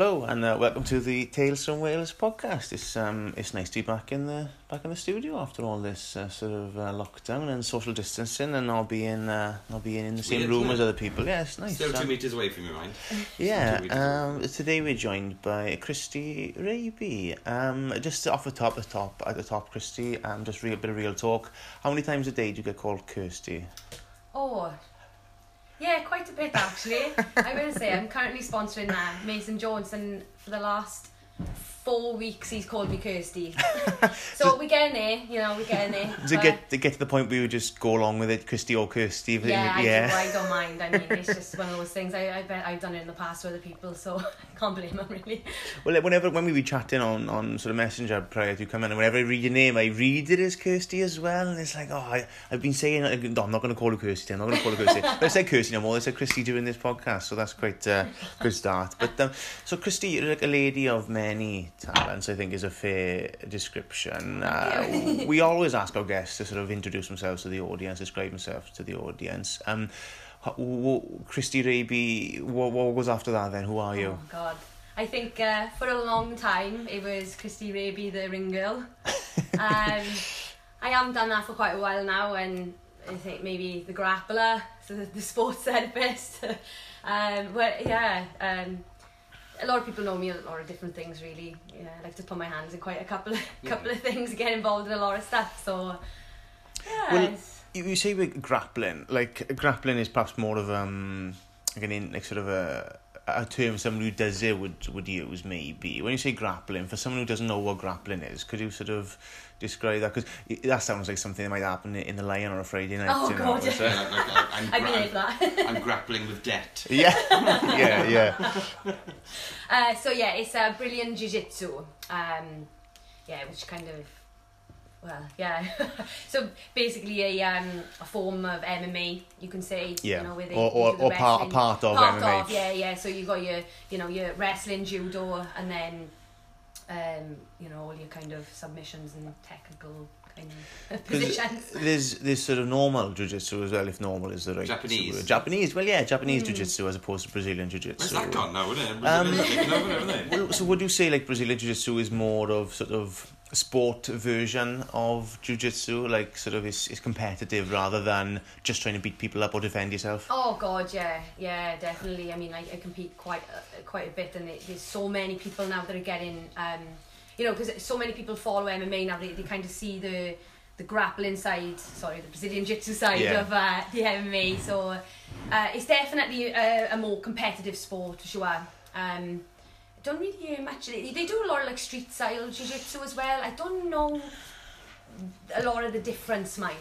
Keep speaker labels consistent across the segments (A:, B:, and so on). A: uh, welcome to the Tales from Wales podcast. It's um, it's nice to be back in the back in the studio after all this uh, sort of uh, lockdown and social distancing and not being uh, not being in the same
B: Weird,
A: room
B: isn't
A: as
B: it?
A: other people. Yeah, it's nice.
B: Still two
A: Um,
B: metres away from your mind.
A: Yeah,
B: Two weeks
A: um, today we're joined by Christy Raby. Um, just off the top, the top at the top, Christy. Um, just real bit of real talk. How many times a day do you get called Kirsty?
C: Oh, yeah, quite a bit actually. I will say I'm currently sponsoring uh, Mason Jones, and for the last four weeks he's called me Kirsty. so we're getting there, you know, we're getting there.
A: To
C: but-
A: get to get to the point where you just go along with it, Christy or Kirsty. but-
C: yeah, I, Do, I don't mind. I mean, it's just one of those things. I, I bet I've done it in the past with other people, so I can't blame them really.
A: Well, like, whenever when we were chatting on, on sort of messenger prior to coming, and whenever I read your name, I read it as Kirsty as well, and it's like, oh, I, I've been saying, like, no, I'm not going to call her Kirsty, I'm not going to call her Kirsty. but I said Kirsty no more, I said Christy during this podcast, so that's quite a uh, good start. But um, so Christy, you're like a lady of many talents, I think is a fair description. Uh, we always ask our guests to sort of introduce themselves to the audience, describe themselves to the audience. Um, ho- wh- Christy Raby, what, what was after that then? Who are you?
C: Oh God. I think uh, for a long time it was Christy Raby, the ring girl. um, I haven't done that for quite a while now, and I think maybe the grappler, so the, the sports therapist. um, but yeah, um, a lot of people know me a lot of different things really. Yeah, I like to put my hands in quite a couple of couple of things, get involved in a lot of stuff. So yeah,
A: Well,
C: it's-
A: You, you say with grappling, like grappling is perhaps more of um, like an in, like sort of a a term someone who does it would would use maybe. When you say grappling, for someone who doesn't know what grappling is, could you sort of describe that? Because that sounds like something that might happen in the Lion on a Friday night.
C: Oh,
A: you
C: God,
A: know,
C: yeah.
A: so-
B: Yeah, like, like, I'm,
C: I
B: gra-
C: believe that.
B: I'm grappling with debt.
A: yeah, yeah, yeah.
C: Uh, so yeah, it's a uh, brilliant jiu-jitsu. Um, yeah, which kind of, well, yeah. so basically a um, a form of MMA, you can say.
A: Yeah.
C: You know, where they,
A: Or- or-
C: they do the
A: or part-
C: wrestling.
A: part of
C: part
A: MMA.
C: Of, yeah, yeah. So you got your, you know, your wrestling, judo, and then, um, you know, all your kind of submissions and technical kind of
A: 'Cause
C: positions.
A: There's there's sort of normal jiu-jitsu as well, if normal is the right
B: Japanese.
A: word. Japanese, well, yeah,
C: Mm.
A: Japanese jiu-jitsu as opposed to Brazilian jiu-jitsu.
B: Where's that gone now, isn't it?
A: Um,
B: Brazilians taking over, haven't they?
A: Well, so would you say like Brazilian Jiu-Jitsu is more of sort of a sport version of Jiu-Jitsu, like sort of is, is competitive rather than just trying to beat people up or defend yourself?
C: Oh God, yeah, yeah, definitely. I mean, I, I compete quite uh, quite a bit, and it, there's so many people now that are getting, um, you know, because so many people follow MMA now. They, they kind of see the the grappling side, sorry, the Brazilian Jiu-Jitsu side
A: Yeah.
C: of uh, the MMA. So uh, it's definitely a, a more competitive sport for sure. Um, I don't really hear much. They, they do a lot of like street style Jiu-Jitsu as well. I don't know a lot of the difference, mind.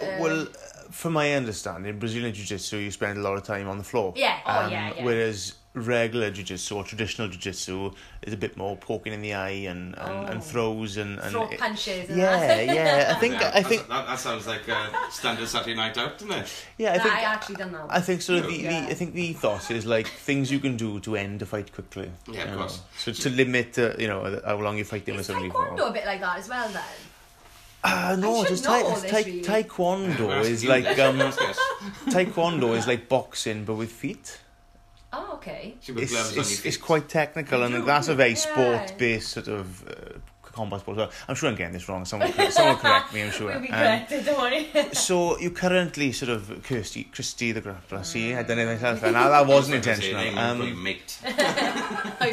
C: Um,
A: well, from my understanding, Brazilian Jiu-Jitsu you spend a lot of time on the floor. Um,
C: Yeah, oh, yeah, yeah.
A: Whereas regular Jiu-Jitsu or traditional Jiu-Jitsu is a bit more poking in the eye and, and,
C: Oh.
A: and throws and, and
C: throw punches. And that.
A: yeah, yeah. I think
B: Yeah,
A: I
B: that's-
A: think
B: that, that sounds like a standard Saturday night out, doesn't it?
A: yeah, I
C: I,
A: think
C: actually done that.
A: I think sort of the,
C: Yeah.
A: the I think the ethos is like things you can do to end a fight quickly.
B: Yeah, of
A: you know.
B: course.
A: So to limit, uh, you know, how long you fight them with
C: Is
A: somebody.
C: taekwondo a bit like that as well then?
A: Ah, no,
C: I should
A: just tai-
C: know
A: it's
C: this,
A: tai-
C: really.
A: taekwondo is
B: You-
A: like um,
B: Yes, yes.
A: taekwondo is like boxing but with feet.
C: Oh, okay.
B: She put
A: It's,
B: gloves on your
A: it's,
B: feet.
A: it's quite technical and
C: You-
A: that's a very
C: yeah.
A: sport-based sort of uh, combat sport. as well. I'm sure I'm getting this wrong. Someone, someone correct me. I'm sure.
C: We'll be
A: Um,
C: corrected, don't worry.
A: So you currently sort of Kirsty, Christy the grappler. See, I don't know myself. And that wasn't
B: Like I say,
A: intentional.
B: name
A: Um,
B: of your mate.
C: I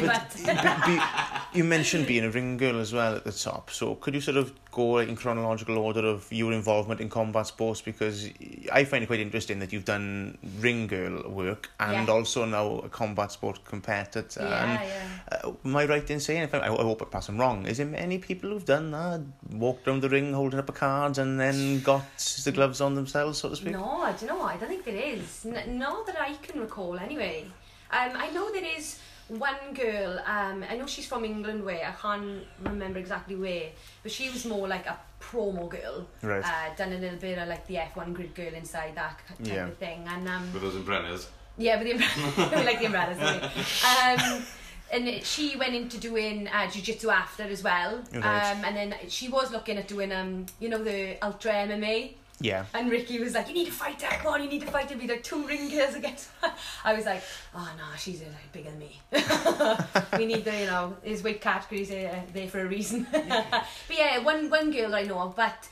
C: bet.
A: Be- be- you mentioned being a ring girl as well at the top, so could you sort of go in chronological order of your involvement in combat sports? Because I find it quite interesting that you've done ring girl work and
C: Yeah.
A: also now a combat sport competitor.
C: Yeah, yeah.
A: Uh, am I right in saying, if I, I hope I pass I'm wrong, is there many people who've done that, walked around the ring holding up a card and then got the gloves on themselves, so to speak?
C: No, do you know what? I don't think there is. N- not that I can recall, anyway. Um, I know there is one girl. Um, I know she's from England, where I can't remember exactly where, but she was more like a promo girl.
A: Right.
C: Uh, done a little bit of like the F1 grid girl inside that type
A: Yeah.
C: of thing, and um,
B: With those umbrellas.
C: Yeah, with the umbrella. we like the umbrellas, don't we? Um, and it- she went into doing uh, jiu-jitsu after as well.
A: Right.
C: Um, and then she was looking at doing, um, you know, the Ultra MMA.
A: Yeah.
C: And Ricky was like, "You need to fight that one. You need to fight him." Be like two ring girls against. Her. I was like, "Oh no, she's uh, bigger than me. we need the you know his weight categories uh, there for a reason." but yeah, one one girl I know of, but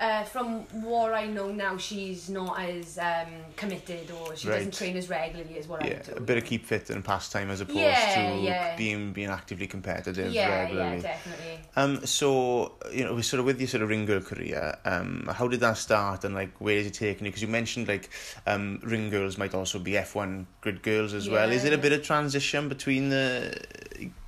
C: uh, from what I know now, she's not as um, committed or she
A: Right.
C: doesn't train as regularly as what
A: Yeah,
C: I do.
A: a bit of keep fit and pastime as opposed
C: Yeah,
A: to
C: yeah.
A: being being actively competitive
C: yeah,
A: regularly.
C: yeah, definitely.
A: Um, so you know, sort of with your sort of ring girl career, um, how did that start, and like where is it taking you? Because you mentioned like, um, ring girls might also be F one grid girls as well.
C: Yeah,
A: Is it a
C: yeah.
A: bit of transition between the?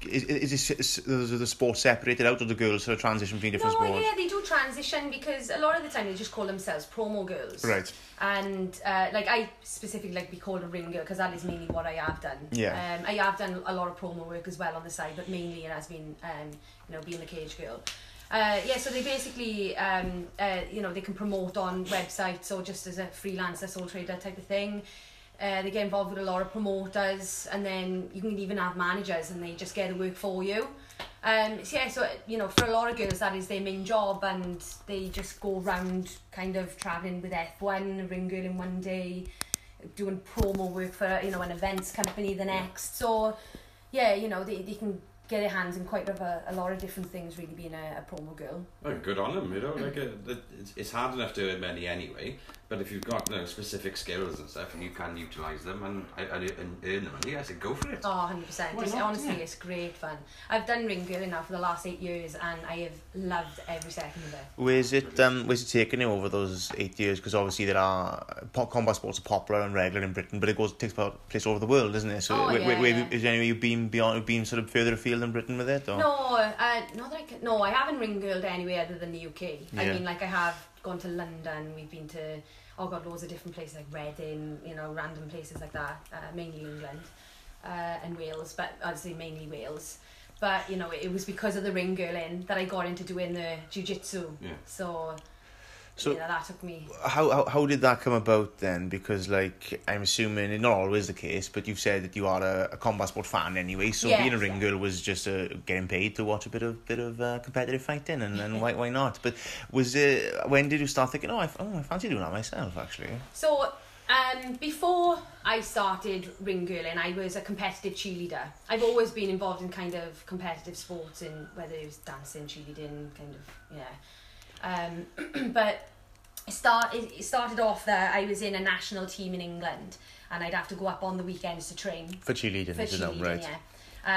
A: Is is, is, this, is the- the sport separated out, or the girls sort of transition between different
C: No,
A: sports?
C: yeah, they do transition because a lot of the time they just call themselves promo girls.
A: Right.
C: And uh, like I specifically like be called a ring girl because that is mainly what I have done.
A: Yeah.
C: Um, I have done a lot of promo work as well on the side, but mainly it has been um, you know being a cage girl. Uh, yeah, so they basically, um, uh, you know, they can promote on websites or just as a freelancer, sole trader type of thing. Uh, they get involved with a lot of promoters, and then you can even have managers, and they just get to work for you. Um, so yeah, so you know, for a lot of girls, that is their main job, and they just go round kind of travelling with F1, ring girl in one day, doing promo work for you know an events company the next. So yeah, you know, they, they can get their hands in quite of a, a lot of different things. Really, being a, a promo girl.
B: Well, good on them, you know. Like, uh, it- it's- it's hard enough doing many anyway, but if you've got you know, specific skills and stuff and you can utilise them and, and, and earn the money, I say go for it.
C: Oh, 100%.
B: Why
C: It's,
B: not,
C: honestly,
B: yeah.
C: it's great fun. I've done ring girling now for the last eight years and I have loved every second of it.
A: Where's it um where's it taken you over those eight years? Because obviously there are po- combat sports are popular and regular in Britain, but it goes takes part- place all over the world, doesn't it? So
C: Oh,
A: where,
C: yeah,
A: where, where
C: yeah.
A: have you- is there anywhere you've been beyond been sort of further afield in Britain with it? Or?
C: No, uh, not that I can, no, I haven't ring girled anywhere other than the UK. I
A: Yeah.
C: mean, like, I have gone to London, we've been to, oh god, loads of different places like Reading, you know, random places like that, uh, mainly England uh, and Wales, but obviously mainly Wales. But, you know, it, it was because of the ring girling that I got into doing the jiu-jitsu.
B: Yeah.
C: So,
A: So-
C: you know, that took me
A: how, how how did that come about then? Because like I'm assuming it's not always the case, but you've said that you are a, a combat sport fan anyway. So
C: Yes,
A: being a ring
C: yeah.
A: girl was just uh, getting paid to watch a bit of bit of uh, competitive fighting, and, and why why not? But was it when did you start thinking? Oh, I, f- oh, I fancy doing that myself actually.
C: So, um, before I started ring girling, I was a competitive cheerleader. I've always been involved in kind of competitive sports, in whether it was dancing, cheerleading, kind of yeah. Um, but it started it started off that I was in a national team in England, and I'd have to go up on the weekends to train
A: For cheerleading,
C: for
A: isn't
C: cheerleading,
A: it? Right.
C: yeah.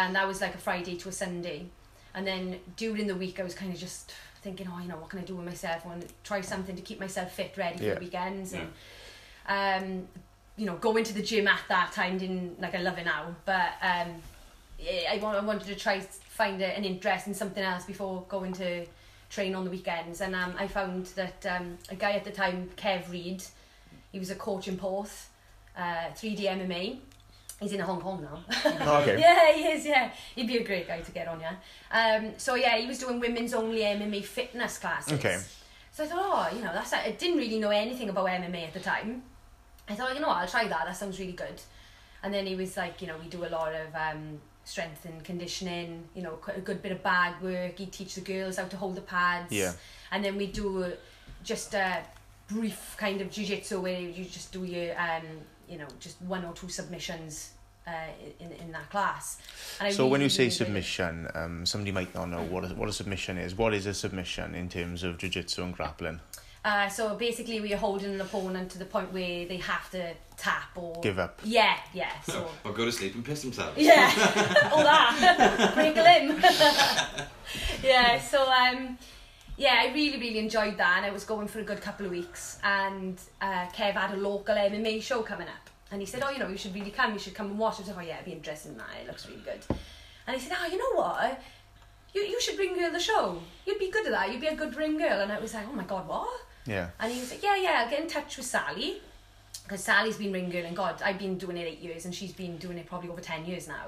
C: And that was like a Friday to a Sunday. And then during the week, I was kind of just thinking, oh, you know, what can I do with myself? I want to try something to keep myself fit, ready
A: Yeah.
C: for the weekends. And, um, you know, going to the gym at that time didn't, like, I love it now. But um, eh, I, want, I wanted to try s- find a, an interest in something else before going to train on the weekends. And um, I found that um, a guy at the time, Kev Reed, he was a coach in Porth, uh, 3D MMA. He's in Hong Kong now.
A: Oh, okay.
C: Yeah, he is, yeah. He'd be a great guy to get on, yeah. Um, so, yeah, he was doing women's only MMA fitness classes.
A: Okay.
C: So I thought, oh, you know, that's I didn't really know anything about MMA at the time. I thought, you know, what, I'll try that. That sounds really good. And then he was like, you know, we do a lot of um, strength and conditioning, you know, quite a good bit of bag work. He'd teach the girls how to hold the pads.
A: Yeah.
C: And then we do a- just a brief kind of jiu-jitsu where you just do your, um, you know, just one or two submissions uh, in, in that class. And I
A: So when
C: really,
A: you say
C: really enjoyed it.
A: submission, um, somebody might not know what a, what a submission is. What is a submission in terms of jiu-jitsu and grappling?
C: Uh, so basically, we are holding an opponent to the point where they have to tap or
A: Give up.
C: Yeah, yeah. So
B: So, or go to sleep and piss themselves.
C: yeah, all that break a limb. yeah. So um, yeah, I really really enjoyed that, and I was going for a good couple of weeks. And uh, Kev had a local MMA show coming up, and he said, "Oh, you know, you should really come. You should come and watch." I was like, "Oh yeah, I'd be interested in that. It looks really good." And he said, "Oh, you know what?" You, you should ring girl the show. You'd be good at that. You'd be a good ring girl. And I was like, oh my god, what?
A: Yeah.
C: And he was like, yeah, yeah, I'll get in touch with Sally. Because Sally's been ring girl and God, I've been doing it eight years and she's been doing it probably over 10 years now.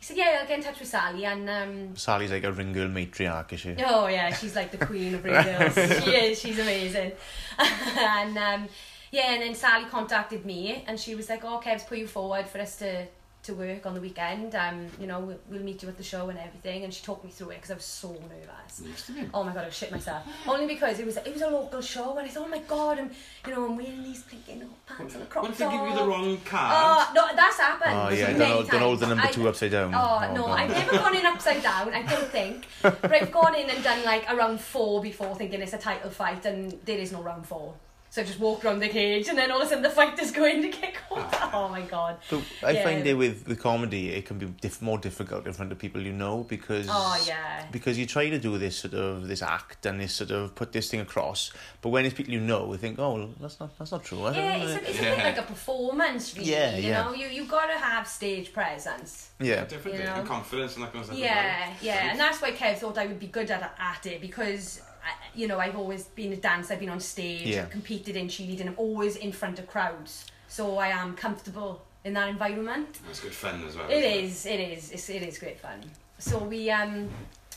C: He said, yeah, I'll get in touch with Sally and um,
A: Sally's like a ring girl matriarch, is she?
C: Oh yeah, she's like the queen of ring girls. she is. She's amazing. and um, yeah, and then Sally contacted me, and she was like, "Oh, Kev's put you forward for us to to work on the weekend. Um, you know, we'll, we'll meet you at the show and everything." And she talked me through it because I was so nervous.
B: Next to me.
C: Oh my god, I shit myself. Only because it was it was a local show, and I thought, "Oh my god," and you know, I'm wearing these pink you know, pants and a crop
B: What if they
C: top.
B: give you the wrong card?
C: Oh no, that's happened.
A: Oh yeah,
C: many
A: don't, hold- don't hold the
C: times.
A: number
C: I-
A: two upside down.
C: Oh, no,
A: God.
C: I've never gone in upside down, I don't think. But I've gone in and done like a round four before thinking it's a title fight and there is no round four. So I just walk around the cage and then all of a sudden the fight is going to get called
B: Ah,
C: out. Oh my god.
A: So I
C: Yeah.
A: find that with with comedy, it can be diff- more difficult in front of people you know because
C: Oh, yeah.
A: because you try to do this sort of this act and this sort of put this thing across, but when it's people you know, we think, oh, well, that's not that's not true. I
C: Yeah,
A: don't know.
C: it's a, it's a bit like a performance, really.
A: Yeah,
C: you
A: yeah.
C: know, you, you've got to have stage presence.
A: yeah,
B: Definitely.
C: You know.
B: And confidence and that kind of stuff. as
C: Yeah,
B: well.
C: yeah, and that's why Kev thought I would be good at, at it because, I, you know, I've always been a dancer, I've been on stage,
A: Yeah.
C: I've competed in cheerleading, I'm always in front of crowds, so I am comfortable in that environment.
B: That's good fun as well.
C: It
B: isn't
C: is, it is, it's, it is great fun. So we, um,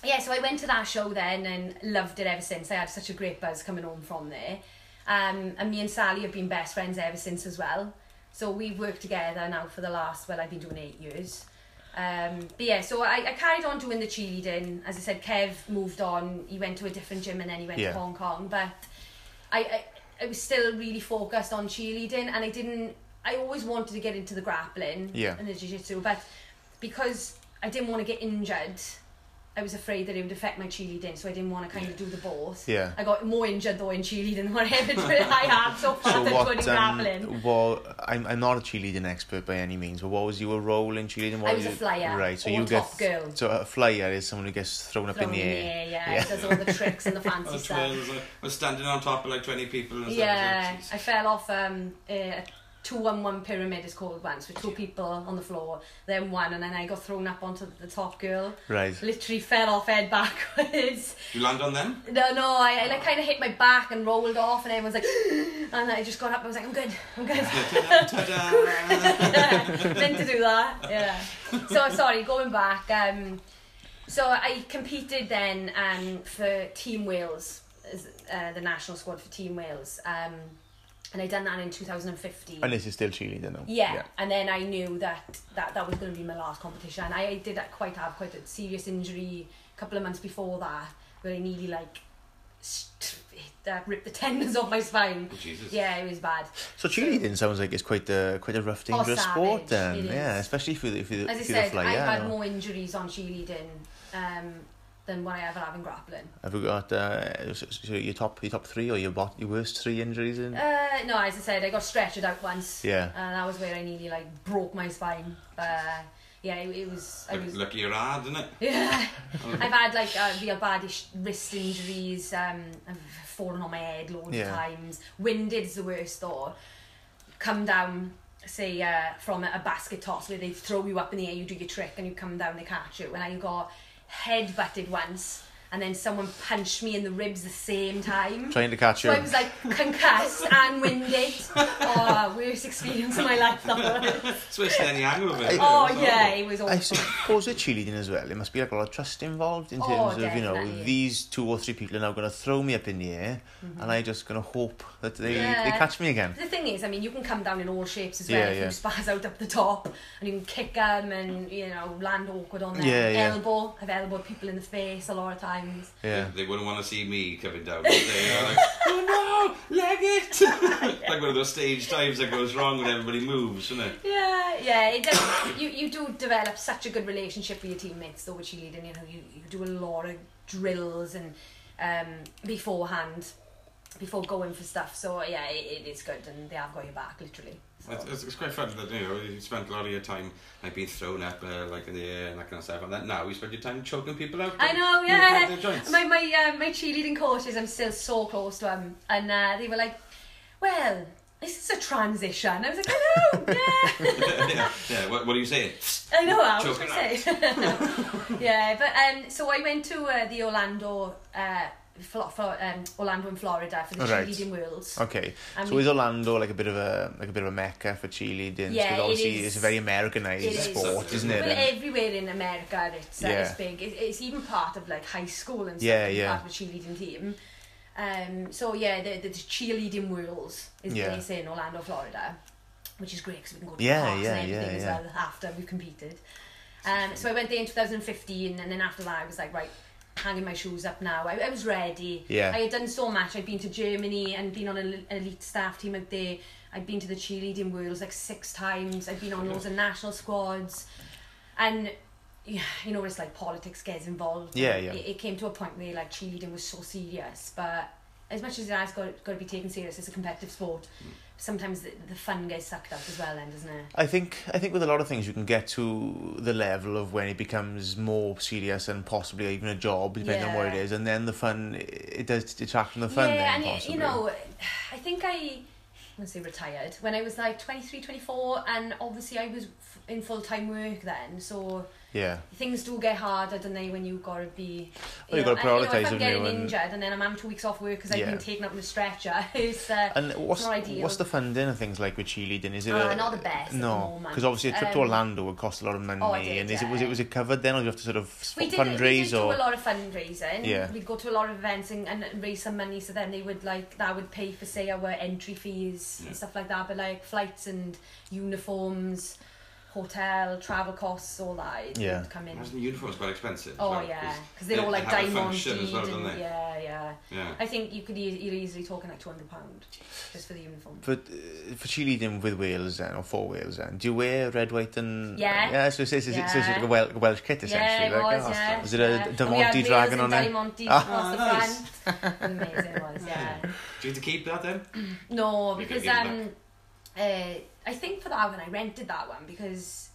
C: yeah, so I went to that show then and loved it ever since. I had such a great buzz coming home from there. Um, and me and Sally have been best friends ever since as well. So we've worked together now for the last, well, I've been doing eight years. Um, but yeah, so I, I carried on doing the cheerleading. As I said, Kev moved on. He went to a different gym and then he went
A: Yeah.
C: to Hong Kong. But I, I, I was still really focused on cheerleading and I didn't, I always wanted to get into the grappling
A: Yeah.
C: and the jiu-jitsu. But because I didn't want to get injured, I was afraid that it would affect my cheerleading, so I didn't want to kind of do the both.
A: Yeah.
C: I got more injured though in cheerleading than whatever I have so far
A: So
C: than doing
A: what?
C: grappling.
A: Um, well, I'm I'm not a cheerleading expert by any means, but what was your role in cheerleading? What
C: I was
A: you-
C: a flyer
A: right? So
C: or
A: you
C: top
A: get
C: girl.
A: so a flyer is someone who gets thrown up
C: Thrown
A: in the air.
C: yeah,
A: Yeah.
C: does all the tricks and the
B: it?
C: fancy
B: That's
C: stuff.
B: where I was standing on top of like oh, 20 people and stuff.
C: Yeah,
B: It's
C: I
B: like,
C: fell off um, a two-one-one pyramid is called once, with two people on the floor, then one, and then I got thrown up onto the top girl.
A: Right.
C: Literally fell off head backwards.
B: "Jeez." You land on them?
C: No, no, I, I like, kind of hit my back and rolled off, and everyone's like, and I just got up. I was like, I'm good, I'm good.
B: Ta-da!
C: Meant to do that, yeah. So sorry, going back. Um, so I competed then um, for Team Wales, as, uh, the national squad for Team Wales, um, and I done that in 2015.
A: And this is still cheerleading now.
C: Yeah. and then I knew that that, that was going to be my last competition. And I did quite have quite a serious injury a couple of months before that, where I nearly like st- uh, ripped the tendons off my spine.
B: Oh, Jesus.
C: Yeah, it was bad.
A: So cheerleading sounds like it's quite a quite a rough, dangerous
C: Oh, savage,
A: sport. Then,
C: it is.
A: yeah, especially if you if you
C: As I
A: if you
C: said,
A: fly.
C: I've
A: yeah,
C: had
A: no.
C: more injuries on cheerleading um, than what I ever have in grappling.
A: Have you got uh, so, so your top your top three or your bot your worst three injuries in?
C: Uh, no, as I said, I got stretchered out once.
A: Yeah.
C: And that was where I nearly like broke my spine. Uh, yeah, it, it was. I was.
B: Lucky you're hard, isn't it?
C: Yeah. I've had like uh, real bad ish- wrist injuries. Um, I've fallen on my head loads
A: Yeah.
C: of times. Winded's the worst though. Come down, say uh, from a basket toss where they throw you up in the air, you do your trick, and you come down, they catch you. And I got head butted once, and then someone punched me in the ribs the same time.
A: Trying to catch
C: um, So
A: you.
C: I was like concussed and winded. Oh, worst experience of my life. That was.
B: It's worse than any hangover. isn't it?
C: Oh
B: It's
C: yeah,
B: horrible.
C: it was
A: I
C: awful.
A: suppose with cheerleading as well, it must be like a lot of trust involved in
C: Oh,
A: terms of you know
C: definitely. Mm-hmm.
A: these two or three people are now going to throw me up in the air, and I'm just going to hope that they they
C: Yeah.
A: catch me again.
C: The thing is, I mean, you can come down in all shapes as well.
A: Yeah,
C: if
A: yeah.
C: You spaz out up the top, and you can kick them, and you know, land awkward on them.
A: Yeah, yeah.
C: Elbow, I've elbowed people in the face a lot of times.
A: Yeah.
B: They wouldn't want to see me coming down. would They are like, oh no, leg it! like one of those stage dives that goes wrong when everybody moves, isn't it?
C: Yeah, yeah. It does, you you do develop such a good relationship with your teammates though, which you lead, and you know, you, you do a lot of drills and um beforehand, before going for stuff. So yeah, it, it is good, and they have got your back literally. So.
B: It's, it's, it's quite fun that you know you spent a lot of your time like being thrown up uh, like in the air and that kind of stuff, and then now you spend your time choking people out.
C: I know,
B: You
C: yeah.
B: hurt their joints.
C: My my uh, my cheerleading coaches, I'm still so close to them, and uh, they were like, "Well, this is a transition." I was like, "I know, yeah,
B: yeah, yeah. What, what are you saying?
C: I know." I was
B: Choke
C: gonna
B: it
C: say, yeah. But um, so I went to uh, the Orlando, uh, Flo- Flo- um, Orlando in Florida for the
A: Right.
C: cheerleading worlds.
A: Okay,
C: And
A: so is Orlando like a bit of a like a bit of a mecca for cheerleading?
C: Yeah,
A: because
C: it
A: obviously
C: is.
A: it's a very Americanized
C: It is.
A: sport, is. not it?
C: Well,
A: And-
C: everywhere in America, it's, uh,
A: Yeah.
C: it's big. It, it's even part of like high school and stuff.
A: Yeah,
C: and
A: yeah.
C: Part of the cheerleading team. Um, so yeah, the, the, the cheerleading worlds is
A: Yeah.
C: based in Orlando, Florida. which is great because we can go to
A: Yeah,
C: the parks
A: yeah,
C: and everything
A: yeah,
C: as
A: yeah.
C: well after we've competed. Um, so I went there in 2015, and then after that, I was like, right, hanging my shoes up now. I, I was ready.
A: Yeah.
C: I had done so much. I'd been to Germany and been on an el- elite staff team out there. I'd been to the cheerleading worlds like six times. I'd been on loads of national squads, and yeah, you know, it's like politics gets involved.
A: Yeah,
C: and
A: yeah.
C: It, it came to a point where like cheerleading was so serious, but as much as it has got, got to be taken serious, it's a competitive sport. Sometimes the, the fun gets sucked out as well, then, doesn't it?
A: I think I think with a lot of things you can get to the level of when it becomes more serious and possibly even a job depending on what it
C: Yeah.
A: is, and then the fun it does detract from the fun.
C: yeah,
A: then,
C: and y-
A: possibly.
C: you know, I think I, I wouldn't say retired, when I was like 23, 24, and obviously I was f- in full time work then, so
A: Yeah,
C: things do get harder, don't they, when you've got to be.
A: Well, you've
C: know,
A: gotta
C: and,
A: prioritise,
C: You know, if I'm
A: haven't you,
C: getting
A: and-
C: injured and then I'm having two weeks off work because I've
A: Yeah.
C: been taken up on the stretcher, it's, uh,
A: and what's
C: not ideal.
A: what's the funding of things like with cheerleading? Is it
C: Uh,
A: a,
C: not the best at the
A: No,
C: moment.
A: because obviously a trip to
C: Um,
A: Orlando would cost a lot of money,
C: oh, it did,
A: and is it was
C: yeah.
A: it was it covered then, or do you have to sort of s-
C: we did,
A: fundraise
C: we did do
A: or
C: a lot of fundraising.
A: Yeah.
C: We'd go to a lot of events and, and raise some money so then they would like that would pay for say our entry fees
B: Yeah.
C: and stuff like that, but like flights and uniforms, hotel, travel costs, all that it
A: Yeah.
C: would come in.
B: Imagine the uniform's quite expensive. as
C: Oh
B: well,
C: yeah,
B: 'cause
C: because they're all like
B: have a
C: diamond
B: function as well,
C: deed
B: don't
C: and
B: they?
C: yeah, yeah.
B: Yeah.
C: I think you could e- you're easily talking like two hundred pound just for the uniform.
A: But uh, for cheerleading with Wales then, or for Wales then, do you wear red, white and...
C: Yeah.
A: Yeah, so it's, it's, it's, it's like
C: Yeah.
A: a Wel- a Welsh kit, essentially.
C: Yeah, it
A: like,
C: was,
A: oh,
C: yeah.
A: Is it a
C: yeah. And we had
A: Damonte
C: wheels
A: dragon on
C: and
A: it?
C: Diamante
A: Ah.
C: across the
B: Ah, nice.
C: front. Amazing it was, yeah.
B: Do you have to keep that then?
C: No,
B: You
C: because
B: get
C: um, uh, I think for that one I rented that one because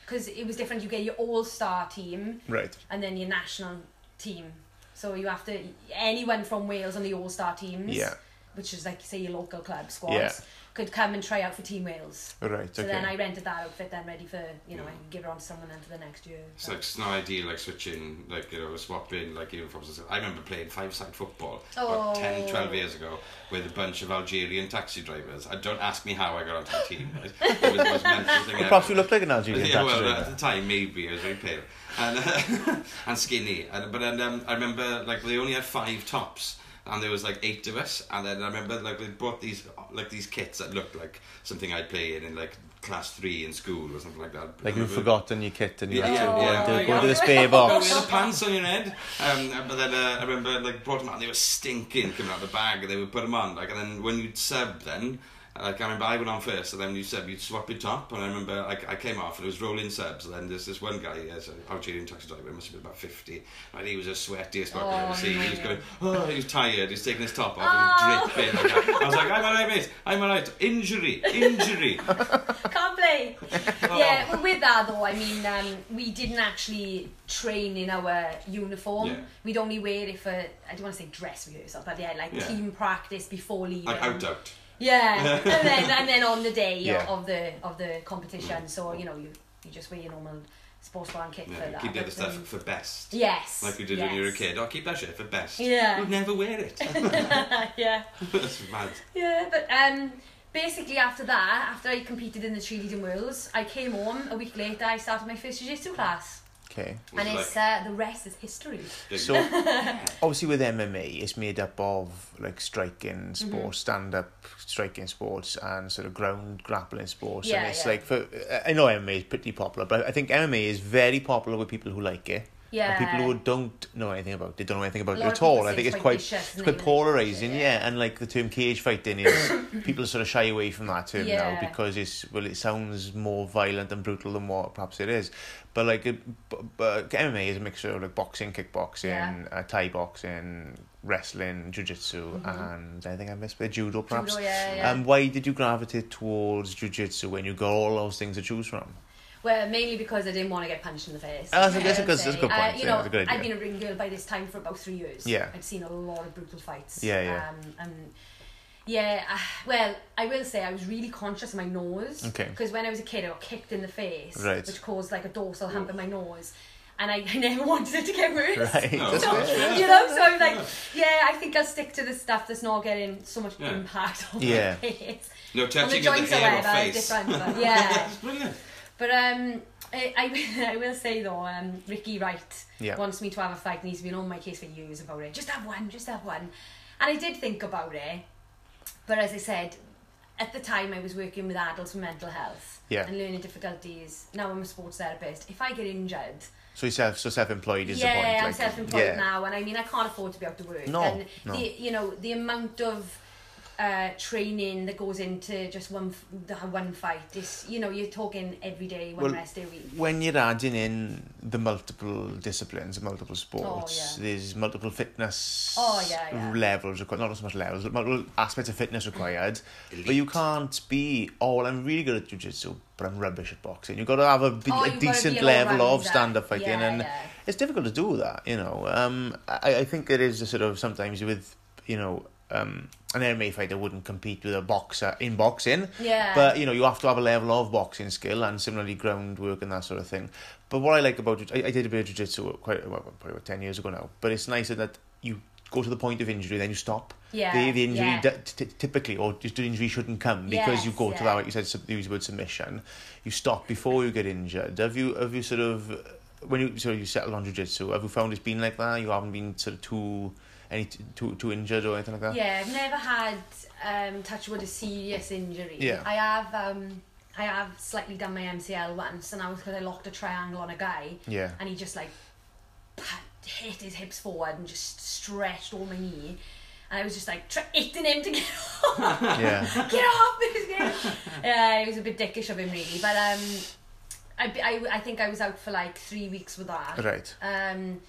C: because it was different. You get your all star team
A: Right.
C: and then your national team, so you have to anyone from Wales on the all star teams,
A: Yeah.
C: which is like say your local club squads,
A: Yeah.
C: could come and try out for Team Wales.
A: Right,
C: So
A: okay.
C: then I rented that outfit then ready for you know
B: Yeah.
C: I can give it on to someone then for the next year.
B: It's like it's not ideal, like switching, like you know, swapping, like uniforms. and stuff. I remember playing five-side football about
C: Oh.
B: 10, 12 years ago with a bunch of Algerian taxi drivers. And don't ask me how I got onto the team. right? It was the most mental thing ever.
A: Perhaps you look like an Algerian
B: Yeah,
A: taxi
B: well, uh,
A: driver.
B: at the time, maybe I was very pale and, and skinny. And, but then um, I remember, like, they only had five tops, and there was like eight of us. And then I remember, like, they bought these like these kits that looked like something I'd play in in like class three in school or something like that.
A: Like you've
B: Remember-
A: forgotten your kit and you
B: uh, Yeah,
A: have to
B: yeah,
A: go,
B: yeah.
A: into, go into the
B: Yeah.
A: spare
B: Oh,
A: box.
B: we had the pants on your head. Um, but then uh, I remember like brought them out. and They were stinking coming out of the bag. and They would put them on like, and then when you'd sub, then like I remember I went on first, and then you sub, you'd swap your top. And I remember like I came off, and it was rolling subs. And then there's this one guy, uh, oh, yeah, so Algerian taxi driver, must have been about fifty. Right, he was the sweatiest fucker I've
C: Oh,
B: ever seen. He was
C: no.
B: going, oh, he was tired. He's taking his top off, he was
C: Oh.
B: dripping. I was like, I'm alright, mate. I'm alright. Injury, injury.
C: Can't play. yeah, well, with that though, I mean, um, we didn't actually train in our uniform.
B: Yeah.
C: We'd only wear it for, I don't want to say dress rehearsal, but yeah, like
B: Yeah.
C: team practice before leaving.
B: like out out.
C: Yeah, and then and then on the day
A: Yeah.
C: of the of the competition, so you know you you just wear your normal sports bra and kit for
B: Yeah,
C: that.
B: keep the other
C: but,
B: stuff
C: um,
B: for best.
C: Yes.
B: Like we did
C: yes.
B: when you were a kid. Oh, keep that shit for best.
C: Yeah.
B: We'd never wear it.
C: yeah.
B: That's mad.
C: Yeah, but um, basically after that, after I competed in the cheerleading worlds, I came home a week later. I started my first jiu-jitsu class,
A: Okay.
B: Was
C: and
B: it
C: it's
B: like-
C: uh, the rest is history.
B: Big-
A: So, obviously with MMA, it's made up of like
C: Mm-hmm.
A: striking sports, stand-up striking sports, and sort of ground grappling sports. and
C: Yeah,
A: it's
C: yeah.
A: like for I know MMA is pretty popular, but I think MMA is very popular with people who like it.
C: Yeah.
A: And people who don't know anything about it, don't know anything about it
C: A lot
A: at
C: of people
A: all. I
C: say
A: think
C: it's
A: it's
C: quite
A: quite,
C: vicious,
A: it's
C: isn't
A: quite
C: it?
A: polarizing,
C: Yeah.
A: yeah. And like the term cage fighting is people sort of shy away from that term now
C: Yeah.
A: because it's well, it sounds more violent and brutal than what perhaps it is. But like, it, b- but MMA is a mixture of like boxing, kickboxing,
C: Yeah.
A: uh, Thai boxing, wrestling, jujitsu, and I think I missed the judo perhaps.
C: Mm-hmm. Judo, yeah, yeah.
A: Um, why did you gravitate towards jujitsu when you got all those things to choose from?
C: Well, mainly because I didn't want to get punched in the face.
A: Ah, that's a- that's a
C: I would
A: good- that's a
C: say.
A: good point.
C: Uh,
A: Yeah,
C: you know,
A: that's a good
C: I've
A: idea.
C: been a ring girl by this time for about three years.
A: Yeah.
C: I've seen a lot of brutal fights.
A: Yeah, yeah.
C: Um, and yeah, uh, well, I will say I was really conscious of my nose.
A: Okay.
C: Because when I was a kid, I got kicked in the face,
A: Right.
C: which caused like a dorsal hump in my nose, and I, I never wanted it to get worse.
A: Right.
B: No,
A: That's
B: it's-
A: good.
C: you know, so I'm like, yeah, I think I'll stick to the stuff that's not getting so much
B: Yeah.
C: impact on
A: Yeah.
C: my face.
B: No
C: On the
B: touching of
C: joints,
B: the hair or
C: however, is
B: face.
C: different. But yeah,
B: That's brilliant.
C: but um, I, I, I will say though, um, Ricky Wright
A: Yeah.
C: wants me to have a fight, and he's been on my case for years about it. Just have one, just have one. And I did think about it, but as I said, at the time I was working with adults with mental health
A: Yeah.
C: and learning difficulties. Now I'm a sports therapist. If I get injured,
A: So he's self, so self-employed is
C: yeah,
A: the point.
C: I'm
A: like,
C: self-employed
A: yeah.
C: now, and I mean I can't afford to be out to work.
A: No,
C: and
A: no.
C: The, you know the amount of uh, training that goes into just one f- the one fight is you know you're talking every day, one
A: Well,
C: rest day a week.
A: When you're adding in the multiple disciplines, multiple sports,
C: Oh, yeah.
A: there's multiple fitness
C: Oh, yeah, yeah.
A: levels required. Not so much levels, but multiple aspects of fitness required. But you can't be, oh, well, I'm really good at jujitsu, but I'm rubbish at boxing. You've got to have a, big,
C: Oh,
A: a
C: you've gotta
A: decent
C: be an
A: level of
C: all-rounder.
A: stand-up fighting,
C: Yeah,
A: and
C: yeah.
A: it's difficult to do that. You know, um, I, I think it is a sort of sometimes with you know. Um, an MMA fighter wouldn't compete with a boxer in boxing,
C: Yeah.
A: but you know, you have to have a level of boxing skill and similarly groundwork and that sort of thing. But what I like about it, I, I did a bit of jiu-jitsu quite well, probably about 10 years ago now, but it's nicer that you go to the point of injury, then you stop.
C: Yeah,
A: The, the injury
C: yeah.
A: d- t- t- typically, or just the injury shouldn't come because you
C: Yes,
A: go to
C: yeah.
A: that, like you said, sub- use the word submission. You stop before you get injured. Have you, have you sort of, when you so you settled on jiu-jitsu, have you found it's been like that? You haven't been sort of too, any t- too, too injured or anything like that?
C: Yeah, I've never had um, touch wood a serious injury.
A: Yeah.
C: I have um, I have slightly done my MCL once, and I was because I locked a triangle on a guy,
A: Yeah.
C: and he just like pat- hit his hips forward and just stretched all my knee, and I was just like tr- hitting him to get off,
A: yeah.
C: get off. please, get off. yeah, it was a bit dickish of him really, but um, I, I I think I was out for like three weeks with that.
A: Right.
C: Um,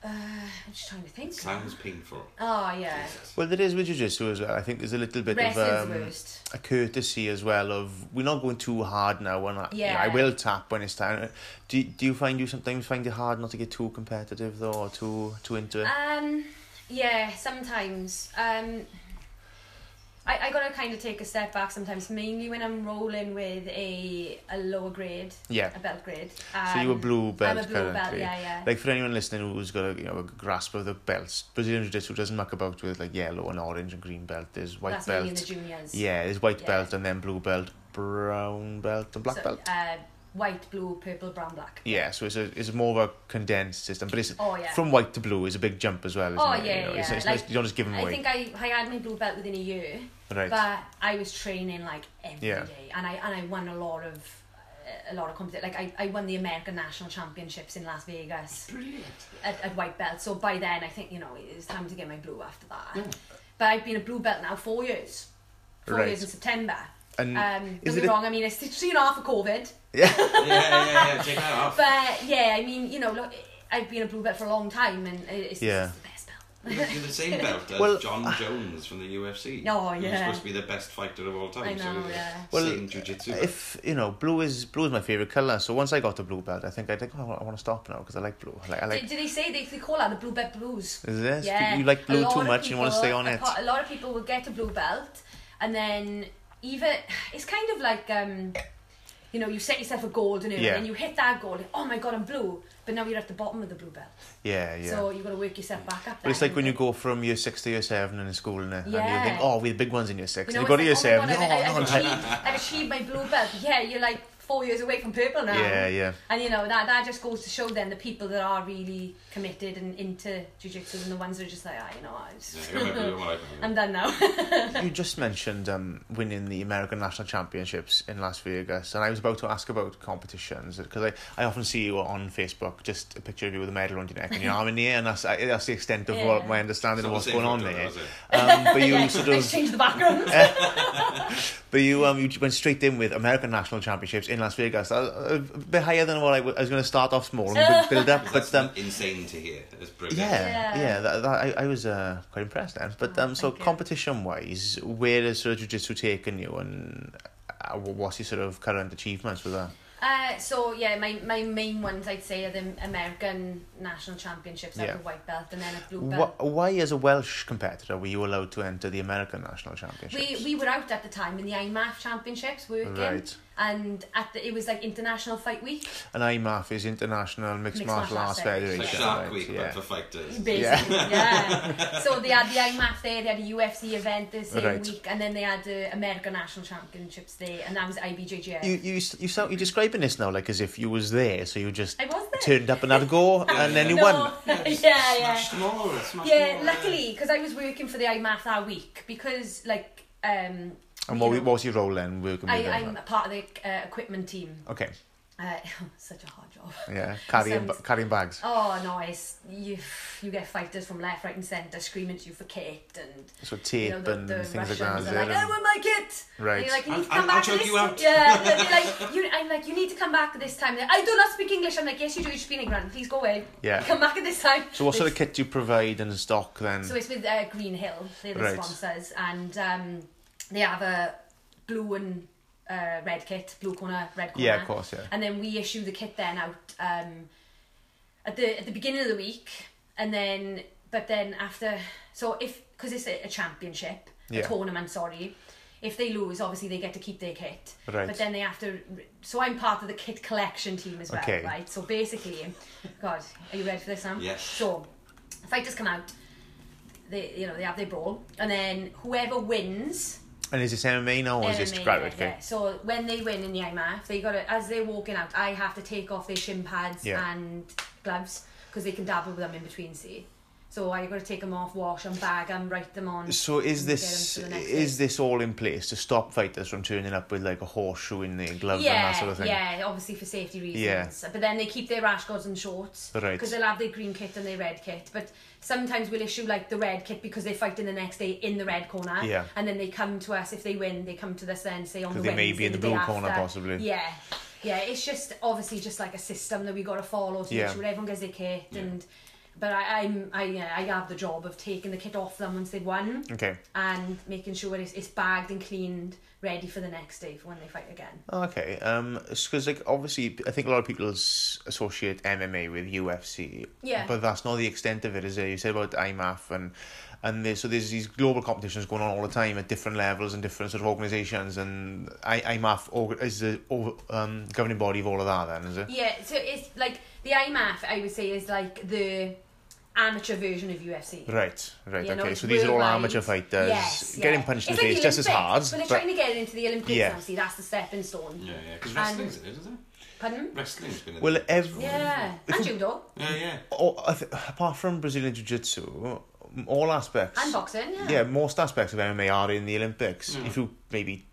C: uh, I'm just trying to think.
B: Sounds painful.
C: Oh yeah.
A: Well, there is with jiu-jitsu as well. I think there's a little bit
C: Wrestling's
A: of um,
C: worst.
A: a courtesy as well of we're not going too hard now. When I, yeah.
C: Yeah.
A: I will tap when it's time. Do Do you find you sometimes find it hard not to get too competitive though, or too too into it?
C: Um, yeah, sometimes. Um, I, I gotta kind of take a step back sometimes, mainly when I'm rolling with a a lower grade,
A: yeah.
C: a belt grade.
A: So you were
C: Um,
A: blue belt
C: I'm a blue
A: currently.
C: belt, yeah, yeah.
A: Like for anyone listening who's got a you know a grasp of the belts, Brazilian Jiu-Jitsu doesn't muck about with like yellow and orange and green belt. There's white
C: That's mainly in the
A: belt.
C: juniors.
A: Yeah, there's white
C: Yeah.
A: belt and then blue belt, brown belt and black
C: So,
A: belt.
C: Uh, white, blue, purple, brown, black.
A: Yeah, so it's a it's more of a condensed system, but it's
C: Oh, yeah.
A: from white to blue is a big jump as well. Isn't
C: Oh,
A: it?
C: yeah,
A: you know, It's,
C: yeah.
A: it's
C: Like,
A: nice, you don't just give them
C: I
A: away,
C: think I, I had my blue belt within a year,
A: right?
C: but I was training like every day,
A: Yeah.
C: and I and I won a lot of a lot of competition. Like I, I won the American National Championships in Las Vegas.
B: Brilliant.
C: at, at white belt. So by then, I think you know it was time to get my blue after that. But I've been a blue belt now four years. Four
A: Mm. Right.
C: years in September.
A: and
C: Um,
A: is
C: don't
A: it
C: be
A: a-
C: wrong. I mean, it's three and a half for COVID.
B: yeah, yeah, yeah. Take that off.
C: But yeah, I mean, you know, look, I've been a blue belt for a long time, and it's,
A: Yeah.
C: it's the best belt.
B: You're the same belt as
A: Well, uh,
B: John Jones from the UFC.
C: Oh,
B: Who's
C: yeah.
B: supposed to be the best fighter of all time.
C: I know,
B: so the
C: yeah.
A: Well,
B: same jiu-jitsu.
A: if you know blue is blue is my favorite color. So once I got the blue belt, I think I think oh, I want to stop now because I like blue. Like I like
C: Did, did they say they, they call that the blue belt blues?
A: is this
C: Yeah,
A: you like
C: a
A: blue
C: lot
A: too
C: of
A: much and you want to
C: people-
A: stay on
C: a
A: it.
C: po- A lot of people will get a blue belt, and then even it's kind of like um, you know, you set yourself a goal, do
A: Yeah.
C: and you hit that goal. and, oh my god, I'm blue, but now you're at the bottom of the blue belt,
A: Yeah, yeah.
C: so you've got to work yourself back up.
A: but it's
C: there,
A: like when you
C: haven't
A: go from year six to year seven in school, innit? and
C: Yeah.
A: you think, oh, we're the big ones in year six.
C: you,
A: You,
C: know,
A: go to year
C: it's like, oh
A: seven,
C: my
A: oh,
C: God,
A: no,
C: I've, I've,
A: no,
C: achieved, I've achieved my blue belt. Yeah, you're like four years away from purple now.
A: yeah, yeah.
C: And you know that that just goes to show then the people that are really committed and into jujitsu and the ones that are just like ah you know what, I
B: yeah,
C: just,
B: I remember doing what I remember.
C: I'm done now.
A: You just mentioned um, winning the American National Championships in Las Vegas, and I was about to ask about competitions because I, I often see you on Facebook just a picture of you with a medal around your neck and your arm in the air, and that's, I, that's the extent of what
C: Yeah.
A: my understanding of
B: It's not the
A: what's
B: same
A: going on
B: photo,
A: there.
B: is it?
A: Um, but you
C: yeah,
A: sort
C: let's
A: of,
C: change the background.
A: but you um, you went straight in with American National Championships in Las Vegas. Uh, A bit higher than what I wa- I was going to start off small and bu- build up,
B: That's
A: but um,
B: insane to hear. It's brilliant.
A: yeah, yeah,
C: Yeah.
A: that, that, I, I was uh, quite impressed then. But
C: Oh,
A: um, so
C: thank you.
A: competition wise, where has sort of jujitsu taken you, and uh, wh- what's your sort of current achievements with that?
C: Uh, so yeah, my, my main ones I'd say are the American National Championships at
A: Yeah.
C: the white belt and then at blue belt.
A: Wh- why, as a Welsh competitor, were you allowed to enter the American National Championships?
C: We we were out at the time in the IMAF Championships working,
A: Right.
C: and at the, it was like International Fight Week,
A: and IMAF is International Mixed, Martial Arts Federation.
B: It's like
A: right,
B: Shark Week,
A: yeah.
B: but for fighters.
C: basically. Yeah. So they had the IMAF there, they had a UFC event the same
A: Right.
C: week, and then they had the American National Championships there, and that was IBJJF.
A: You you s- you sound you're describing this now like as if you was there, so you just
C: I was there.
A: turned up and had a go, and then you
C: No.
A: won.
C: yeah, yeah.
B: Smash them all. Smash
C: Yeah,
B: them all.
C: luckily, because I was working for the IMAF that week, because like um,
A: And what,
C: you
A: we-
C: know,
A: what was your role then? Working with
C: I,
A: them?
C: I'm part of the uh, equipment team.
A: Okay.
C: Uh, such a hard job.
A: Yeah. Carrying
C: Sounds-
A: ba- carrying bags.
C: Oh no, it's you. You get fighters from left, right, and centre screaming at you for kit and
A: So
C: you
A: tape
C: know the,
A: and
C: the
A: things like
C: Russians
A: that. is
C: are
A: it?
C: like, "Oh, I
A: And-
C: want my kit.
A: Right.
C: And you're like, you
B: I'll-
C: need to
B: I'll-
C: come
B: I'll
C: back.
B: choke
C: this
B: you out.
C: Yeah. They're like, you, I'm like, you need to come back this time. They're like, I do not speak English. I'm like, yes, you do. You're just being ignorant. Please go away.
A: Yeah.
C: Come back at this time.
A: So what sort
C: Like,
A: of kit do you provide and stock then?
C: so it's with uh, Green Hill, they're the
A: Right.
C: sponsors, and um, they have a blue and uh, red kit, blue corner, red corner.
A: Yeah, of course, yeah.
C: And then we issue the kit then out um, at the at the beginning of the week, and then but then after, so if because it's a, a championship,
A: Yeah.
C: a tournament, sorry. If they lose, obviously they get to keep their kit.
A: Right.
C: But then they have to. So I'm part of the kit collection team as well,
A: Okay.
C: right? So basically, God, are you ready for this, Sam?
B: Yes.
C: So fighters come out, they you know they have their brawl and then whoever wins
A: and is this MMA now or Oh, is this
C: MMA,
A: right,
C: yeah,
A: okay.
C: yeah. so when they win in the IMF they got to as they're walking out I have to take off their shin pads
A: Yeah.
C: and gloves because they can dabble with them in between see so I got to take them off wash them bag them write them on
A: So is
C: and get
A: this
C: them for the next
A: is
C: day.
A: this all in place to stop fighters from turning up with like a horseshoe in their gloves and
C: yeah,
A: that sort of thing?
C: yeah, obviously for safety reasons.
A: Yeah.
C: But then they keep their rash guards and shorts
A: Right.
C: because they'll have their green kit and their red kit. But sometimes we'll issue like the red kit because they're fighting the next day in the red corner.
A: Yeah.
C: And then they come to us if they win. They come to us then say on the
A: 'Cause they may
C: Wednesday
A: be in the
C: day
A: blue corner,
C: after.
A: possibly.
C: Yeah. Yeah, it's just obviously just like a system that we got to follow to
A: Yeah.
C: make sure everyone gets their kit and. But I, I'm I yeah, I have the job of taking the kit off them once they've won
A: Okay.
C: and making sure it's, it's bagged and cleaned, ready for the next day for when they fight again.
A: Okay. Um, because like obviously, I think a lot of people s- associate MMA with UFC.
C: Yeah.
A: But that's not the extent of it, is it? You said about IMAF and and there's, so there's these global competitions going on all the time at different levels and different sort of organisations, and I, IMAF org- is the over, um governing body of all of that. Then is it?
C: Yeah, so it's like the IMF, I would say, is like the amateur version of UFC.
A: Right, right,
C: You know,
A: okay.
C: it's
A: So these are all
C: worldwide.
A: amateur fighters.
C: Yes,
A: Getting
C: yeah.
A: punched in
C: It's
A: the
C: like
A: face just as hard.
C: Olympics, But they're
A: but-
C: trying to get into the Olympics
A: Yeah.
C: now, see, that's the stepping stone.
B: Yeah, yeah, because wrestling's in it, isn't it?
C: Pardon?
B: Wrestling's been in
A: Well,
B: it.
A: every-
C: Yeah. And judo.
B: Yeah, yeah.
A: Oh, I th- apart from Brazilian Jiu Jitsu, all aspects.
C: And boxing, yeah.
A: Yeah, most aspects of MMA are in the Olympics.
B: Hmm.
A: If you maybe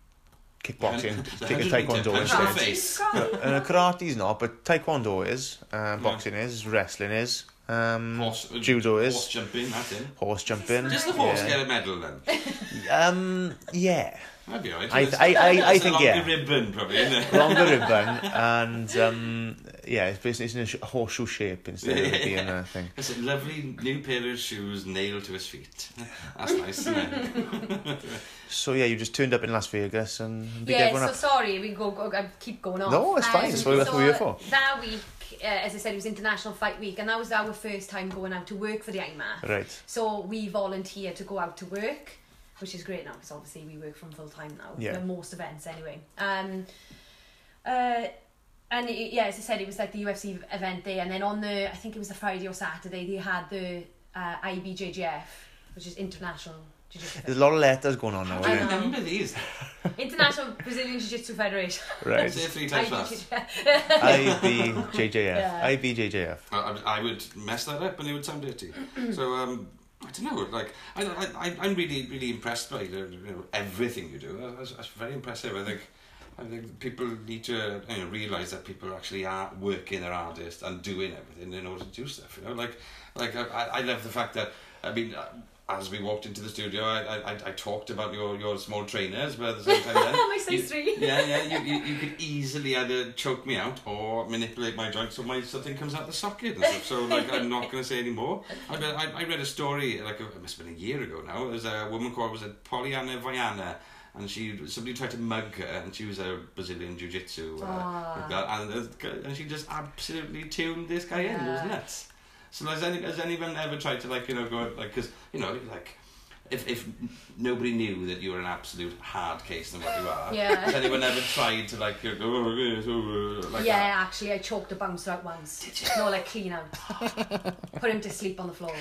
A: kickboxing, take a taekwondo
B: Punch in the
A: instead.
B: face.
A: Uh, karate's not, but taekwondo is, uh, boxing is, wrestling is, um,
B: Horse, uh,
A: judo is,
B: Horse
A: horse,
B: jumping, that's in.
A: jumping.
B: Does the horse
A: yeah.
B: get a medal then?
A: Um, yeah.
B: That'd be alright.
A: I-
B: It's-
A: I- I- I
B: it's
A: think,
B: a longer
A: yeah.
B: ribbon, probably, isn't it?
A: longer ribbon and um, yeah, it's basically it's in a sh- horseshoe shape instead of it being a thing.
B: It's a lovely new pair of shoes nailed to his feet. That's nice, isn't it?
A: So yeah, you just turned up in Las Vegas and beat
C: Yeah,
A: everyone
C: so
A: up.
C: sorry, we go, go I keep going on. Um,
A: No, it's fine, it's what- that's what we're here for.
C: That week, uh, as I said, it was International Fight Week, and that was our first time going out to work for the IMAF.
A: Right.
C: So we volunteer to go out to work, which is great now because obviously we work from full time now.
A: Yeah.
C: for Most events anyway. Um, uh, and it, yeah, as I said, it was like the UFC event day, and then on the I think it was the Friday or Saturday they had the uh, IBJJF, which is International Jiu-Jitsu
A: There's a lot of letters going on now.
B: I
A: Isn't
C: know.
B: remember these.
C: International Brazilian Jiu-Jitsu Federation.
A: it?
B: Say
A: Right.
B: it three times fast.
C: IBJJF.
A: IBJJF.
C: Yeah.
A: IBJJF.
B: I, I- I would mess that up and it would sound dirty. So, um, I don't know, like, I, I, I- I'm really, really impressed by the, you know, everything you do. That's, that's very impressive. I think, I think people need to you know, realise that people actually are working their hardest and doing everything in order to do stuff, you know? Like, like I, I I love the fact that, I mean, uh, as we walked into the studio, I, I, I- I talked about your, your small trainers, but at the same time then...
C: My size
B: you-
C: three.
B: Yeah, yeah, you, you, you could easily either choke me out or manipulate my joints so my something comes out the socket and stuff. So like, I'm not going to say any more. I, read, I, I read a story like it must have been a year ago now. There's a woman called was it Pollyanna Viana. And she, somebody tried to mug her, and she was a Brazilian jiu-jitsu, uh,
C: Ah.
B: like that, and, uh, and she just absolutely tuned this guy in. It was
C: Yeah.
B: nuts. So has, any, has anyone ever tried to like you know go like because you know like if if nobody knew that you were an absolute hard case than what you are,
C: Yeah.
B: has anyone ever tried to like go oh, yes, oh, oh," like
C: yeah,
B: that?
C: actually, I choked a bouncer out once. No, like clean out. Put him to sleep on the floor.